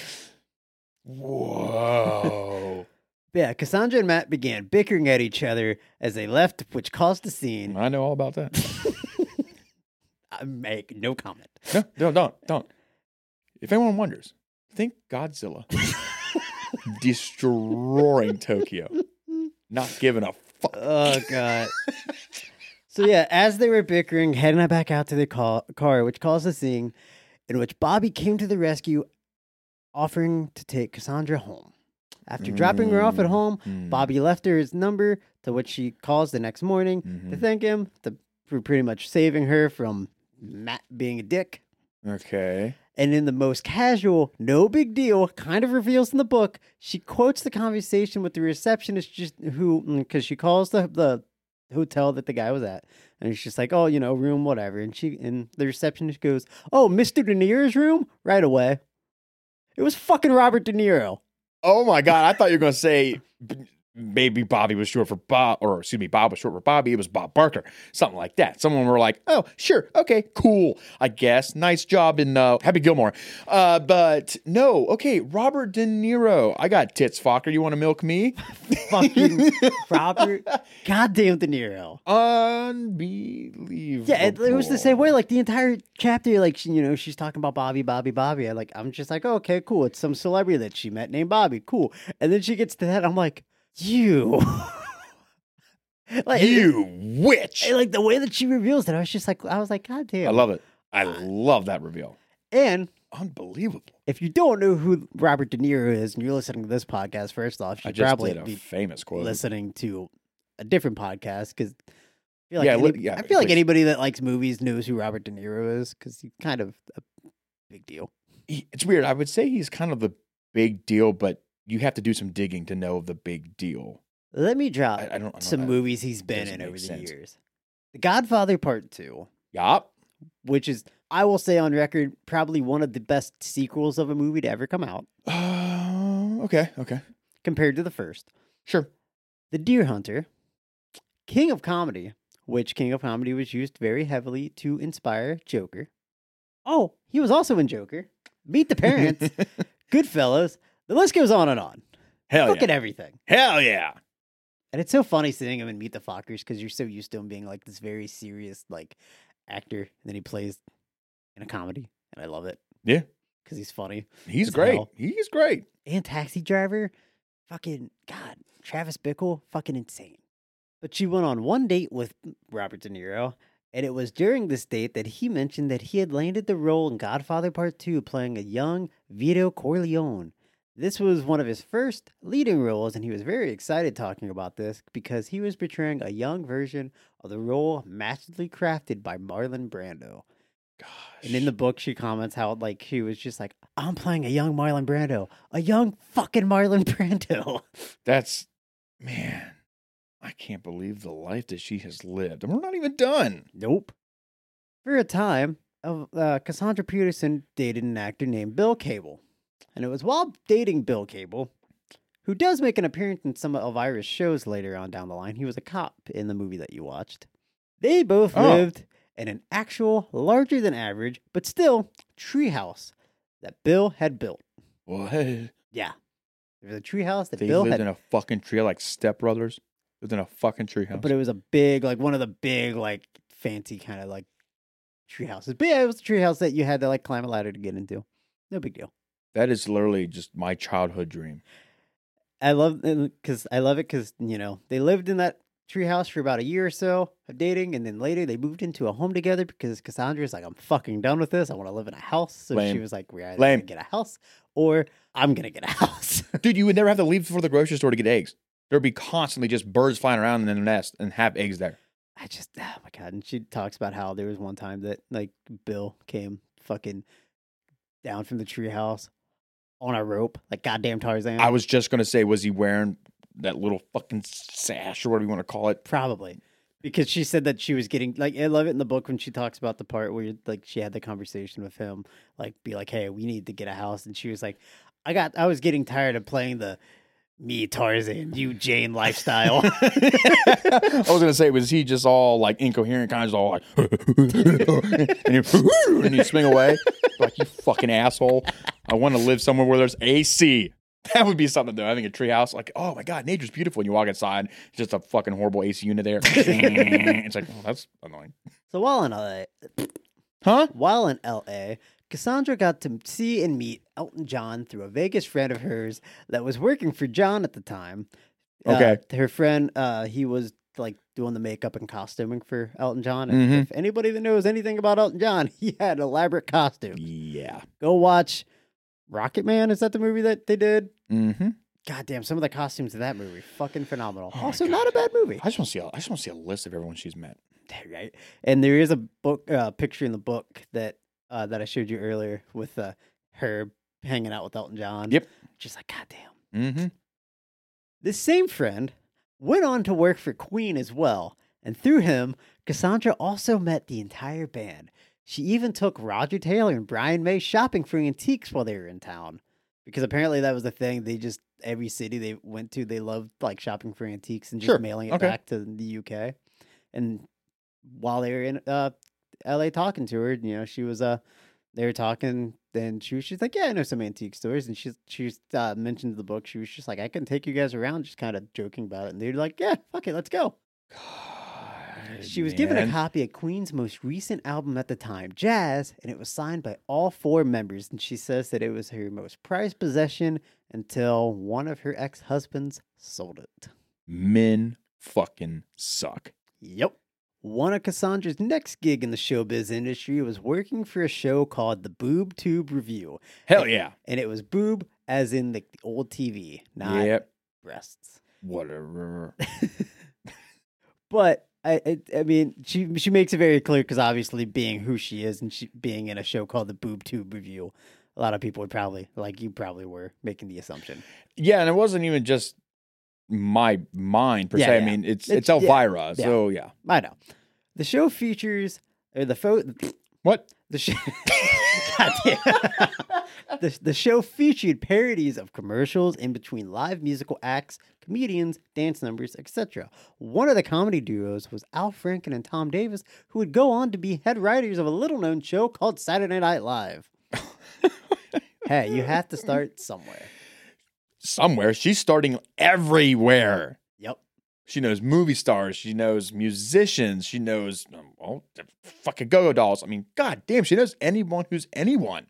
Speaker 1: Whoa!
Speaker 2: Yeah, Cassandra and Matt began bickering at each other as they left, which caused a scene.
Speaker 1: I know all about that.
Speaker 2: I make no comment.
Speaker 1: No, no, don't, don't. If anyone wonders, think [LAUGHS] Godzilla destroying Tokyo, not giving a fuck.
Speaker 2: Oh god. so yeah, as they were bickering, heading back out to the ca- car, which caused a scene in which Bobby came to the rescue, offering to take Cassandra home. After dropping her off at
Speaker 1: Mm.
Speaker 2: home, Bobby left her his number, to which she calls the next morning
Speaker 1: Mm-hmm.
Speaker 2: to thank him to, for pretty much saving her from Matt being a dick.
Speaker 1: Okay.
Speaker 2: And in the most casual, no big deal, kind of reveals in the book, she quotes the conversation with the receptionist just who because she calls the the hotel that the guy was at. And she's just like, oh, you know, room, whatever. And she and the receptionist goes, Oh, Mr. De Niro's room? Right away. It was fucking Robert De Niro.
Speaker 1: Oh my god! I thought you were gonna say b- maybe Bobby was short for Bob, or excuse me, Bob was short for Bobby. It was Bob Barker, something like that. Someone were like, "Oh, sure, okay, cool, I guess. Nice job in uh, Happy Gilmore." Uh, but no, okay, Robert De Niro. I got tits, Fokker. You want to milk me?
Speaker 2: [LAUGHS] Fucking Robert goddamn De Niro.
Speaker 1: Unbelievable.
Speaker 2: Yeah, it, it was the same way. Like the entire chapter, like she, you know, she's talking about Bobby, Bobby, Bobby. I like, I'm just like, oh, okay, cool. It's some celebrity that she met named Bobby. Cool. And then she gets to that, I'm like, you, [LAUGHS] like it-
Speaker 1: You witch.
Speaker 2: it- like the way that she reveals it, I was just like, I was like, God damn,
Speaker 1: I love it. I love that reveal.
Speaker 2: And
Speaker 1: Unbelievable.
Speaker 2: if you don't know who Robert De Niro is and you're listening to this podcast, first off, you
Speaker 1: I
Speaker 2: should
Speaker 1: just
Speaker 2: probably
Speaker 1: did a
Speaker 2: be
Speaker 1: famous quote.
Speaker 2: listening to a different podcast because I feel like,
Speaker 1: Yeah,
Speaker 2: any-
Speaker 1: li- yeah,
Speaker 2: I feel like
Speaker 1: please.
Speaker 2: anybody that likes movies knows who Robert De Niro is because he's kind of a big deal.
Speaker 1: He- it's weird. I would say he's kind of the big deal, but you have to do some digging to know the big deal.
Speaker 2: Let me drop
Speaker 1: I, I don't. I don't
Speaker 2: some
Speaker 1: I-
Speaker 2: movies he's been
Speaker 1: doesn't
Speaker 2: in
Speaker 1: make
Speaker 2: over the
Speaker 1: sense.
Speaker 2: years. The Godfather Part 2,
Speaker 1: Yup.
Speaker 2: which is, I will say on record, probably one of the best sequels of a movie to ever come out
Speaker 1: Uh, okay. Okay.
Speaker 2: compared to the first.
Speaker 1: Sure.
Speaker 2: The Deer Hunter, King of Comedy, which King of Comedy was used very heavily to inspire Joker. Oh, he was also in Joker, Meet the Parents, Goodfellas. The list goes on and on.
Speaker 1: [LAUGHS] Hell
Speaker 2: Look
Speaker 1: Oh, yeah.
Speaker 2: at everything.
Speaker 1: Hell yeah.
Speaker 2: And it's so funny seeing him in Meet the Fockers because you're so used to him being like this very serious like actor, and then he plays in a comedy, and I love it.
Speaker 1: Yeah.
Speaker 2: because he's funny.
Speaker 1: He's
Speaker 2: As
Speaker 1: great.
Speaker 2: hell.
Speaker 1: He's great.
Speaker 2: and Taxi Driver, fucking God, Travis Bickle, fucking insane. But she went on one date with Robert De Niro, and it was during this date that he mentioned that he had landed the role in Godfather Part 2 playing a young Vito Corleone. This was one of his first leading roles, and he was very excited talking about this because he was portraying a young version of the role masterfully crafted by Marlon Brando.
Speaker 1: Gosh.
Speaker 2: And in the book, she comments how like she was just like, "I'm playing a young Marlon Brando, a young fucking Marlon [LAUGHS] Brando."
Speaker 1: That's man. I can't believe the life that she has lived, and we're not even done.
Speaker 2: Nope. For a time, of uh, Cassandra Peterson dated an actor named Bill Cable, and it was while dating Bill Cable, who does make an appearance in some of Elvira's shows later on down the line. He was a cop in the movie that you watched. They both
Speaker 1: Oh.
Speaker 2: lived in an actual, larger than average, but still treehouse that Bill had built.
Speaker 1: What? They
Speaker 2: Yeah. There was a tree house that Bill
Speaker 1: lived
Speaker 2: had,
Speaker 1: in a fucking tree like Step Brothers. Lived in a fucking tree house.
Speaker 2: but it was a big, like one of the big, like fancy kind of like tree houses. But yeah, it was a tree house that you had to like climb a ladder to get into. No big deal.
Speaker 1: that is literally just my childhood dream.
Speaker 2: I love because I love it because you know they lived in that tree house for about a year or so of dating, and then later they moved into a home together because Cassandra's like, I'm fucking done with this. I want to live in a house. So she
Speaker 1: Lame.
Speaker 2: was like, We're either
Speaker 1: Lame.
Speaker 2: gonna get a house or I'm gonna get a [LAUGHS] house.
Speaker 1: Dude, you would never have to leave for the grocery store to get eggs. There'd be constantly just birds flying around in the nest and have eggs there.
Speaker 2: I just [SIGHS] oh my god. And she talks about how there was one time that like Bill came fucking down from the treehouse on a rope, like goddamn Tarzan.
Speaker 1: I was just gonna say, was he wearing that little fucking sash or whatever you want to call it? [LAUGHS]
Speaker 2: probably because she said that she was getting like I love it in the book when she talks about the part where like she had the conversation with him, like be like, hey, we need to get a house, and she was like, I got, I was getting tired of playing the me Tarzan, you Jane lifestyle. [LAUGHS]
Speaker 1: I was gonna say, was he just all like incoherent, kind of just all like, [LAUGHS] and you [LAUGHS] and you swing away like you fucking asshole. I want to live somewhere where there's AC. That would be something though. Having a treehouse, like, oh my god, nature's beautiful. And you walk outside, it's just a fucking horrible AC unit there. [LAUGHS] it's like, oh, that's annoying,
Speaker 2: so while in LA,
Speaker 1: huh?
Speaker 2: While in LA, Cassandra got to see and meet Elton John through a Vegas friend of hers that was working for John at the time. Uh,
Speaker 1: Okay.
Speaker 2: her friend, uh, he was like doing the makeup and costuming for Elton John. And
Speaker 1: Mhm.
Speaker 2: if anybody that knows anything about Elton John, [LAUGHS] he had elaborate costumes.
Speaker 1: Yeah.
Speaker 2: Go watch Rocket Man. Is that the movie that they did?
Speaker 1: Mm-hmm.
Speaker 2: Goddamn, some of the costumes in that movie fucking phenomenal.
Speaker 1: Oh my
Speaker 2: also,
Speaker 1: God.
Speaker 2: not a bad movie.
Speaker 1: I just want to see. A, I just want to see a list of everyone she's met.
Speaker 2: [LAUGHS] right? And there is a book uh, picture in the book that uh, that I showed you earlier with uh, her hanging out with Elton John.
Speaker 1: Yep.
Speaker 2: Just like goddamn.
Speaker 1: Mm-hmm.
Speaker 2: This same friend went on to work for Queen as well, and through him, Cassandra also met the entire band. She even took Roger Taylor and Brian May shopping for antiques while they were in town. Because apparently that was the thing. They just every city they went to, they loved like shopping for antiques and just
Speaker 1: Sure.
Speaker 2: mailing it
Speaker 1: Okay.
Speaker 2: back to the UK. And while they were in uh, LA talking to her, you know, she was uh they were talking and she was she's like, Yeah, I know some antique stores and she's she's uh mentioned the book. She was just like, I can take you guys around, just kind of joking about it. And they're like, Yeah, fuck it, let's go. She was given a copy of Queen's most recent album at the time, Jazz, and it was signed by all four members. And she says that it was her most prized possession until one of her ex husbands sold it.
Speaker 1: Men fucking suck.
Speaker 2: Yep. One of Cassandra's next gig in the showbiz industry was working for a show called The Boob Tube Review,
Speaker 1: Hell yeah.
Speaker 2: and it was boob as in the, the old TV, not
Speaker 1: Yep.
Speaker 2: breasts.
Speaker 1: Whatever.
Speaker 2: But I, I, I mean, she she makes it very clear because obviously, being who she is and she being in a show called The Boob Tube Review, a lot of people would probably like you probably were making the assumption.
Speaker 1: Yeah, and it wasn't even just my mind per
Speaker 2: Yeah,
Speaker 1: se.
Speaker 2: yeah.
Speaker 1: I mean, it's
Speaker 2: It's-
Speaker 1: it's, Elvira,
Speaker 2: yeah.
Speaker 1: so yeah.
Speaker 2: I know. The show features or the fo-
Speaker 1: What?
Speaker 2: the [LAUGHS] show. God damn. [LAUGHS] the, the show featured parodies of commercials in between live musical acts, comedians, dance numbers, etc. One of the comedy duos was Al Franken and Tom Davis, who would go on to be head writers of a little known show called Saturday Night
Speaker 1: [LAUGHS]
Speaker 2: Live. hey, you have to start somewhere.
Speaker 1: Somewhere she's starting everywhere.
Speaker 2: Yep.
Speaker 1: She knows movie stars. She knows musicians. She knows um, oh, the fucking go-go dolls. I mean, goddamn, she knows anyone who's anyone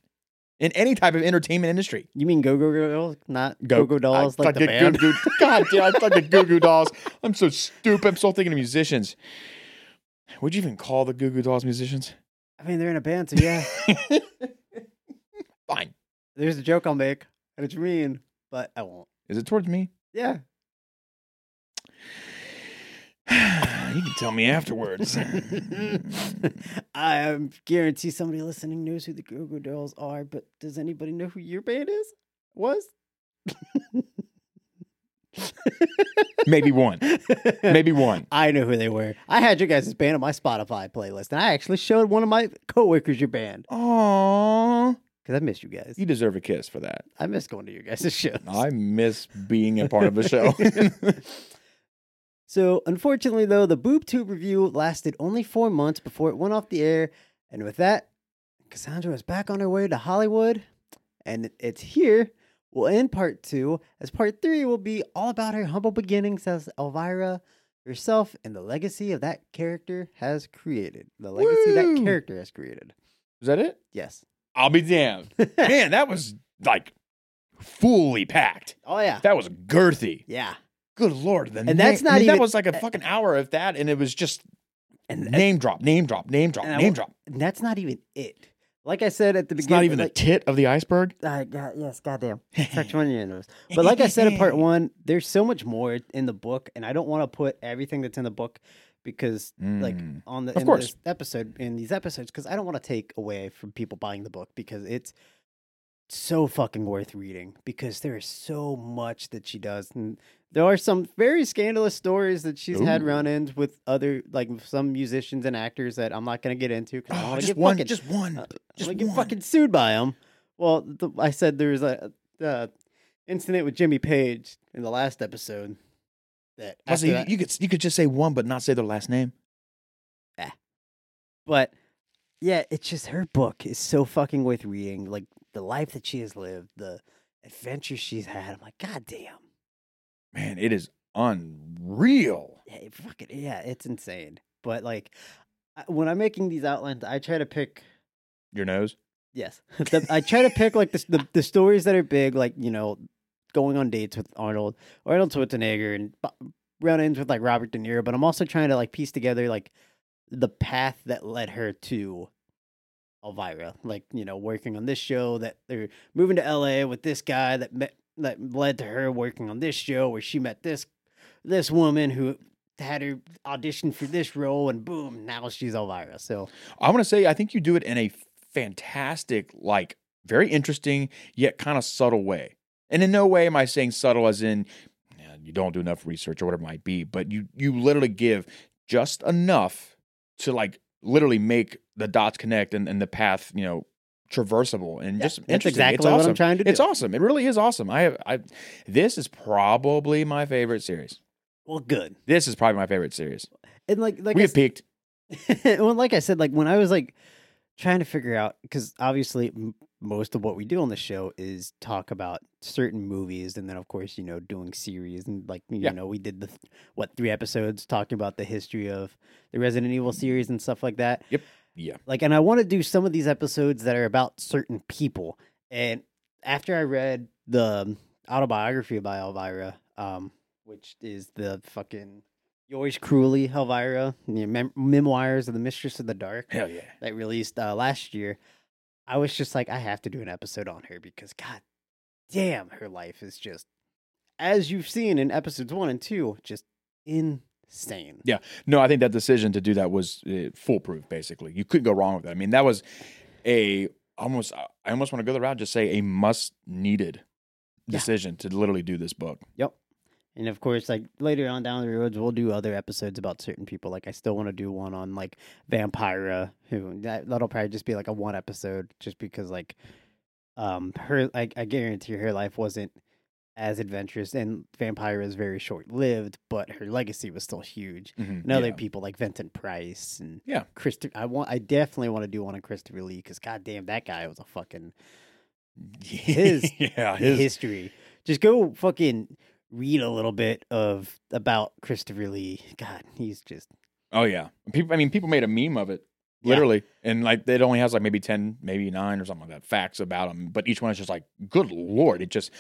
Speaker 1: in any type of entertainment industry.
Speaker 2: You mean Go Go Girls, not Go
Speaker 1: Go-
Speaker 2: Go Dolls,
Speaker 1: I
Speaker 2: like the
Speaker 1: fucking
Speaker 2: band?
Speaker 1: Goo
Speaker 2: [LAUGHS]
Speaker 1: Goo- God damn, I fucking Goo Goo Dolls. I'm so stupid. I'm still thinking of musicians. Would you even call the Goo Goo Dolls musicians?
Speaker 2: I mean, they're in a band,
Speaker 1: [LAUGHS]
Speaker 2: so yeah.
Speaker 1: Fine.
Speaker 2: There's a joke I'll make, and it's mean, but I won't.
Speaker 1: Is it towards me? [SIGHS]
Speaker 2: Yeah.
Speaker 1: you can tell me
Speaker 2: [LAUGHS]
Speaker 1: afterwards.
Speaker 2: I um, guarantee somebody listening knows who the Goo Goo Dolls are, but does anybody know who your band is? Was?
Speaker 1: Maybe one. Maybe one.
Speaker 2: I know who they were. I had your guys' band on my Spotify playlist, and I actually showed one of my coworkers your band
Speaker 1: Aww.
Speaker 2: because I miss you guys.
Speaker 1: You deserve a kiss for that.
Speaker 2: I miss going to your guys' shows.
Speaker 1: I miss being a part of a
Speaker 2: [LAUGHS]
Speaker 1: show. [LAUGHS]
Speaker 2: So, unfortunately, though, the boob tube review lasted only four months before it went off the air. And with that, Cassandra is back on her way to Hollywood. And it's here. We'll end part two, as part three will be all about her humble beginnings as Elvira herself and the legacy of that character has created. The legacy that
Speaker 1: Woo!
Speaker 2: character has created.
Speaker 1: Is that it?
Speaker 2: Yes.
Speaker 1: I'll be [LAUGHS] damned. Man, that was like fully packed.
Speaker 2: Oh, yeah.
Speaker 1: That was girthy.
Speaker 2: Yeah.
Speaker 1: Good lord. The
Speaker 2: And that's
Speaker 1: I mean,
Speaker 2: not even-
Speaker 1: that was like a fucking hour of that, and it was just
Speaker 2: And-
Speaker 1: name drop, name drop, name drop,
Speaker 2: and I
Speaker 1: name
Speaker 2: wa-
Speaker 1: drop.
Speaker 2: And that's not even it. Like I said at the
Speaker 1: It's
Speaker 2: beginning,
Speaker 1: not even
Speaker 2: like-
Speaker 1: the tit of the
Speaker 2: [LAUGHS]
Speaker 1: iceberg.
Speaker 2: I got yes, goddamn. Such one you know. But like I said
Speaker 1: [LAUGHS]
Speaker 2: in part one, there's so much more in the book, and I don't want to put everything that's in the book because like
Speaker 1: Mm.
Speaker 2: on the
Speaker 1: Of
Speaker 2: in
Speaker 1: course.
Speaker 2: this episode in these episodes because I don't want to take away from people buying the book because it's so fucking worth reading because there is so much that she does and there are some very scandalous stories that she's had
Speaker 1: Ooh.
Speaker 2: run-ins with other like some musicians and actors that I'm not going to get into because I
Speaker 1: Oh,
Speaker 2: don't want to
Speaker 1: just
Speaker 2: get
Speaker 1: one, just
Speaker 2: fucking
Speaker 1: one,
Speaker 2: uh,
Speaker 1: just
Speaker 2: like get
Speaker 1: one.
Speaker 2: fucking sued by him. Well, the, I said there was a, uh incident with Jimmy Page in the last episode. That
Speaker 1: Also,
Speaker 2: after
Speaker 1: you,
Speaker 2: that-
Speaker 1: you could you could just say one, but not say their last name.
Speaker 2: but yeah, it's just her book is so fucking worth reading. Like the life that she has lived, the adventures she's had. I'm like, god damn,
Speaker 1: Man, it is unreal.
Speaker 2: yeah, it fucking yeah, it's insane. But like I- when I'm making these outlines, I try to pick
Speaker 1: Your nose.
Speaker 2: Yes, [LAUGHS] The- I try to pick like the, the the stories that are big, like you know, going on dates with Arnold, Arnold Schwarzenegger, and bu- run-ins with like Robert De Niro. But I'm also trying to like piece together like the path that led her to Elvira, like you know, working on this show that they're moving to L.A. with this guy that met that led to her working on this show where she met this this woman who had her audition for this role, and boom, now she's Elvira. So
Speaker 1: I want to say I think you do it in a fantastic, like very interesting yet kind of subtle way. And in no way am I saying subtle as in yeah, you don't do enough research or whatever it might be, but you you literally give just enough to like literally make the dots connect and, and the path you know traversable and
Speaker 2: yeah,
Speaker 1: just
Speaker 2: that's
Speaker 1: interesting.
Speaker 2: exactly
Speaker 1: it's
Speaker 2: what
Speaker 1: awesome.
Speaker 2: I'm trying to do.
Speaker 1: It's awesome. It really is awesome. I have I this is probably my favorite series.
Speaker 2: well, good.
Speaker 1: This is probably my favorite series.
Speaker 2: And like like
Speaker 1: we
Speaker 2: I
Speaker 1: have peaked.
Speaker 2: s- [LAUGHS] well, like I said, like when I was like trying to figure out because obviously m- most of what we do on the show is talk about certain movies, and then of course you know doing series and like you
Speaker 1: Yeah.
Speaker 2: know we did the th- what three episodes talking about the history of the Resident Evil series and stuff like that.
Speaker 1: Yep. Yeah.
Speaker 2: Like, and I want to do some of these episodes that are about certain people. And after I read the um, autobiography by Elvira, um, which is the fucking Yours Cruelly, Elvira, the mem- memoirs of the Mistress of the Dark
Speaker 1: Hell yeah.
Speaker 2: that released uh, last year. I was just like, I have to do an episode on her because, god damn, her life is just, as you've seen in episodes one and two, just insane.
Speaker 1: Yeah. No, I think that decision to do that was uh, foolproof. Basically, you couldn't go wrong with that. I mean, that was a almost. I almost want to go the route just say a must needed
Speaker 2: Yeah.
Speaker 1: decision to literally do this book.
Speaker 2: And of course, like later on down the roads, we'll do other episodes about certain people. Like I still want to do one on like Vampira, who that, that'll probably just be like a one episode, just because like, um, her I, I guarantee her life wasn't as adventurous, and Vampira is very short lived, but her legacy was still huge.
Speaker 1: Mhm.
Speaker 2: And
Speaker 1: [LAUGHS]
Speaker 2: other
Speaker 1: Yeah.
Speaker 2: people like Vincent Price and
Speaker 1: Yeah.
Speaker 2: Christopher. I want I definitely want to do one on Christopher Lee because goddamn, that guy was a fucking his-
Speaker 1: yeah,
Speaker 2: the
Speaker 1: uh, his,
Speaker 2: history. Just go fucking read a little bit of about Christopher Lee. God, he's just
Speaker 1: Oh yeah, people. I mean, people made a meme of it,
Speaker 2: Yeah.
Speaker 1: literally, and like it only has like maybe ten, maybe nine or something like that facts about him. But each one is just like, good lord, it just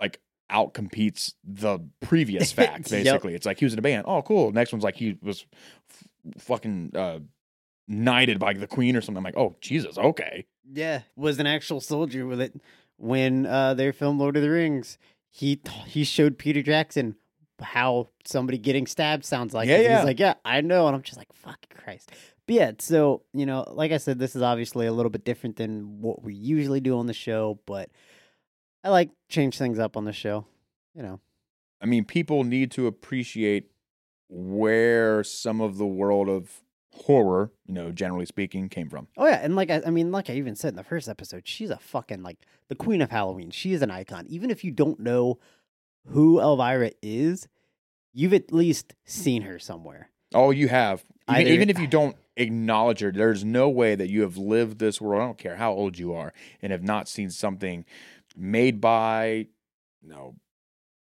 Speaker 1: like outcompetes the previous fact.
Speaker 2: [LAUGHS] Yep.
Speaker 1: Basically, it's like he was in a band. Oh, cool. Next one's like he was f- fucking uh, knighted by the queen or something. I'm like, oh Jesus, okay,
Speaker 2: yeah was an actual soldier with it when uh, they filmed Lord of the Rings. He t- he showed Peter Jackson how somebody getting stabbed sounds like.
Speaker 1: Yeah,
Speaker 2: 'cause
Speaker 1: yeah.
Speaker 2: He's like, yeah, I know, and I'm just like, fuck Christ. But yeah, so you know, like I said, this is obviously a little bit different than what we usually do on the show, but I like change things up on the show. You know,
Speaker 1: I mean, people need to appreciate where some of the world of horror, you know, generally speaking, came from.
Speaker 2: Oh yeah, and like I, I mean, like I even said in the first episode, she's a fucking like the queen of Halloween. She is an icon. Even if you don't know who Elvira is, you've at least seen her somewhere.
Speaker 1: Oh, you have. Even,
Speaker 2: Either-
Speaker 1: even if you don't acknowledge her, there's no way that you have lived this world. I don't care how old you are, and have not seen something made by, you know,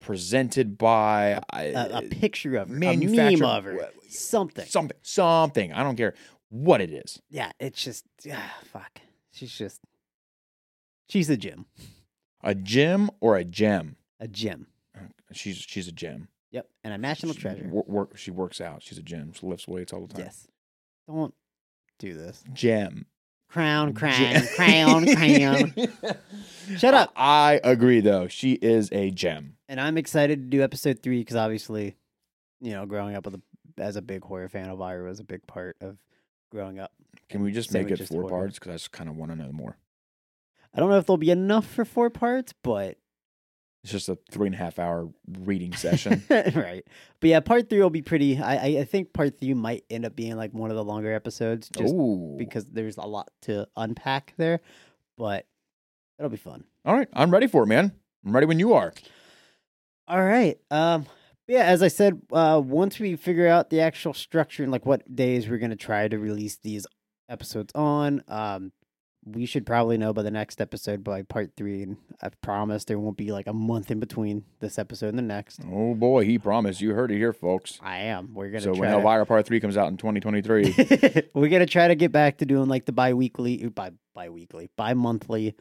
Speaker 1: presented by, I- uh,
Speaker 2: A, a picture of her, a meme
Speaker 1: Eh, manufactured-
Speaker 2: of her,
Speaker 1: well,
Speaker 2: something.
Speaker 1: something, something. I don't care what it is.
Speaker 2: yeah, it's just ah, fuck. She's just she's a gem,
Speaker 1: A gem or a gem.
Speaker 2: a gem.
Speaker 1: She's she's a gem.
Speaker 2: Yep, and a national
Speaker 1: She
Speaker 2: treasure.
Speaker 1: wor- wor- she works out. She's a gem. She lifts weights all the time.
Speaker 2: Yes, don't do this.
Speaker 1: Gem.
Speaker 2: Crown, crown,
Speaker 1: Gem.
Speaker 2: crown,
Speaker 1: [LAUGHS]
Speaker 2: crown. [LAUGHS] Shut up.
Speaker 1: I agree, though. She is a gem.
Speaker 2: and I'm excited to do episode three because obviously, you know, growing up with a, as a big horror fan, Elvira was a big part of growing up.
Speaker 1: Can we just
Speaker 2: So
Speaker 1: make
Speaker 2: we
Speaker 1: it
Speaker 2: just
Speaker 1: four
Speaker 2: order.
Speaker 1: parts? Because I just kind of want to know more.
Speaker 2: I don't know if there'll be enough for four parts, but
Speaker 1: It's just a three and a half hour
Speaker 2: [LAUGHS]
Speaker 1: reading session.
Speaker 2: right. But yeah, part three will be pretty. I I, I think part three might end up being like one of the longer episodes, just
Speaker 1: Ooh.
Speaker 2: because there's a lot to unpack there. But it'll be fun.
Speaker 1: All right. I'm ready for it, man. I'm ready when you are.
Speaker 2: All right. Um yeah, as I said, uh once we figure out the actual structure and like what days we're going to try to release these episodes on, um we should probably know by the next episode by part 3 and I promise there won't be like a month in between this episode and the next.
Speaker 1: Oh, boy. He promised. You heard it here, folks.
Speaker 2: I am. We're going
Speaker 1: So
Speaker 2: to
Speaker 1: when
Speaker 2: try
Speaker 1: Elvira Part 3 comes out in
Speaker 2: [LAUGHS]
Speaker 1: 2023,
Speaker 2: to, We're going to try to get back to doing like the bi-weekly ooh, bi bi-weekly, bi-monthly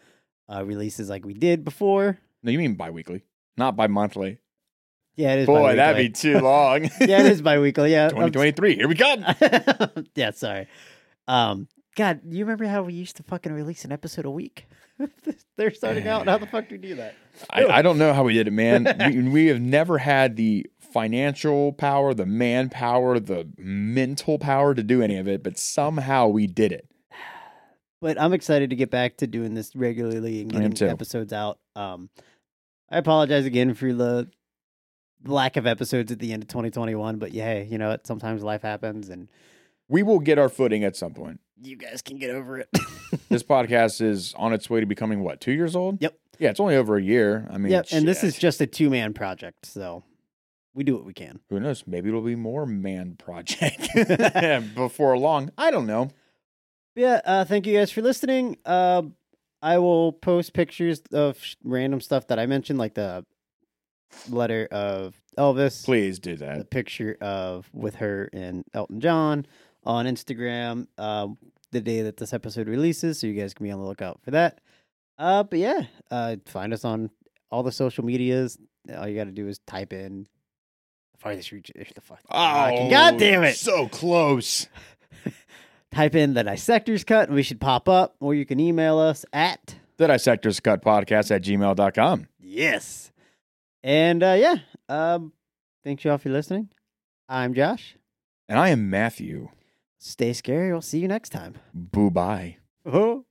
Speaker 2: uh releases like we did before.
Speaker 1: no, you mean bi weekly, not bi monthly.
Speaker 2: Yeah, it is
Speaker 1: Boy,
Speaker 2: bi-weekly.
Speaker 1: that'd be too long.
Speaker 2: [LAUGHS]
Speaker 1: [LAUGHS]
Speaker 2: Yeah, it is bi-weekly. Yeah. I'm
Speaker 1: 2023. Here we go.
Speaker 2: [LAUGHS] yeah, sorry. Um, God, you remember how we used to fucking release an episode a week? [LAUGHS] They're starting out. How the fuck do we do that?
Speaker 1: I, I don't know how we did it,
Speaker 2: [LAUGHS]
Speaker 1: man. we, we have never had the financial power, the manpower, the mental power to do any of it, but somehow we did it.
Speaker 2: But I'm excited to get back to doing this regularly and
Speaker 1: I am
Speaker 2: getting
Speaker 1: too.
Speaker 2: episodes out. Um, I apologize again for the lack of episodes at the end of 2021, but yeah, hey, you know what? Sometimes life happens, and
Speaker 1: We will get our footing at some point.
Speaker 2: you guys can get over it. [LAUGHS]
Speaker 1: This podcast is on its way to becoming what, two years old?
Speaker 2: Yep.
Speaker 1: Yeah, it's only over a year. I mean,
Speaker 2: yep. And this is
Speaker 1: shit.
Speaker 2: just a two man project, so we do what we can.
Speaker 1: who knows? Maybe it'll be more man
Speaker 2: [LAUGHS]
Speaker 1: project [LAUGHS] before long. I don't know.
Speaker 2: yeah uh thank you guys for listening uh i will post pictures of sh- random stuff that i mentioned like the letter of elvis
Speaker 1: Please do
Speaker 2: the
Speaker 1: that.
Speaker 2: picture of with her and elton john on instagram um the day that this episode releases so you guys can be on the lookout for that uh but yeah uh find us on all the social medias all you gotta do is type in Farthest reach is the fuck.
Speaker 1: Oh,
Speaker 2: God damn Ah, it.
Speaker 1: So close.
Speaker 2: Type in the dissector's cut and we should pop up, or you can email us at
Speaker 1: The Dissectors Cut Podcast at gmail.com.
Speaker 2: yes. And uh, yeah, um, thanks you all for listening. I'm Josh.
Speaker 1: And I am Matthew.
Speaker 2: Stay scary. We'll see you next time.
Speaker 1: Boo bye.
Speaker 2: Oh.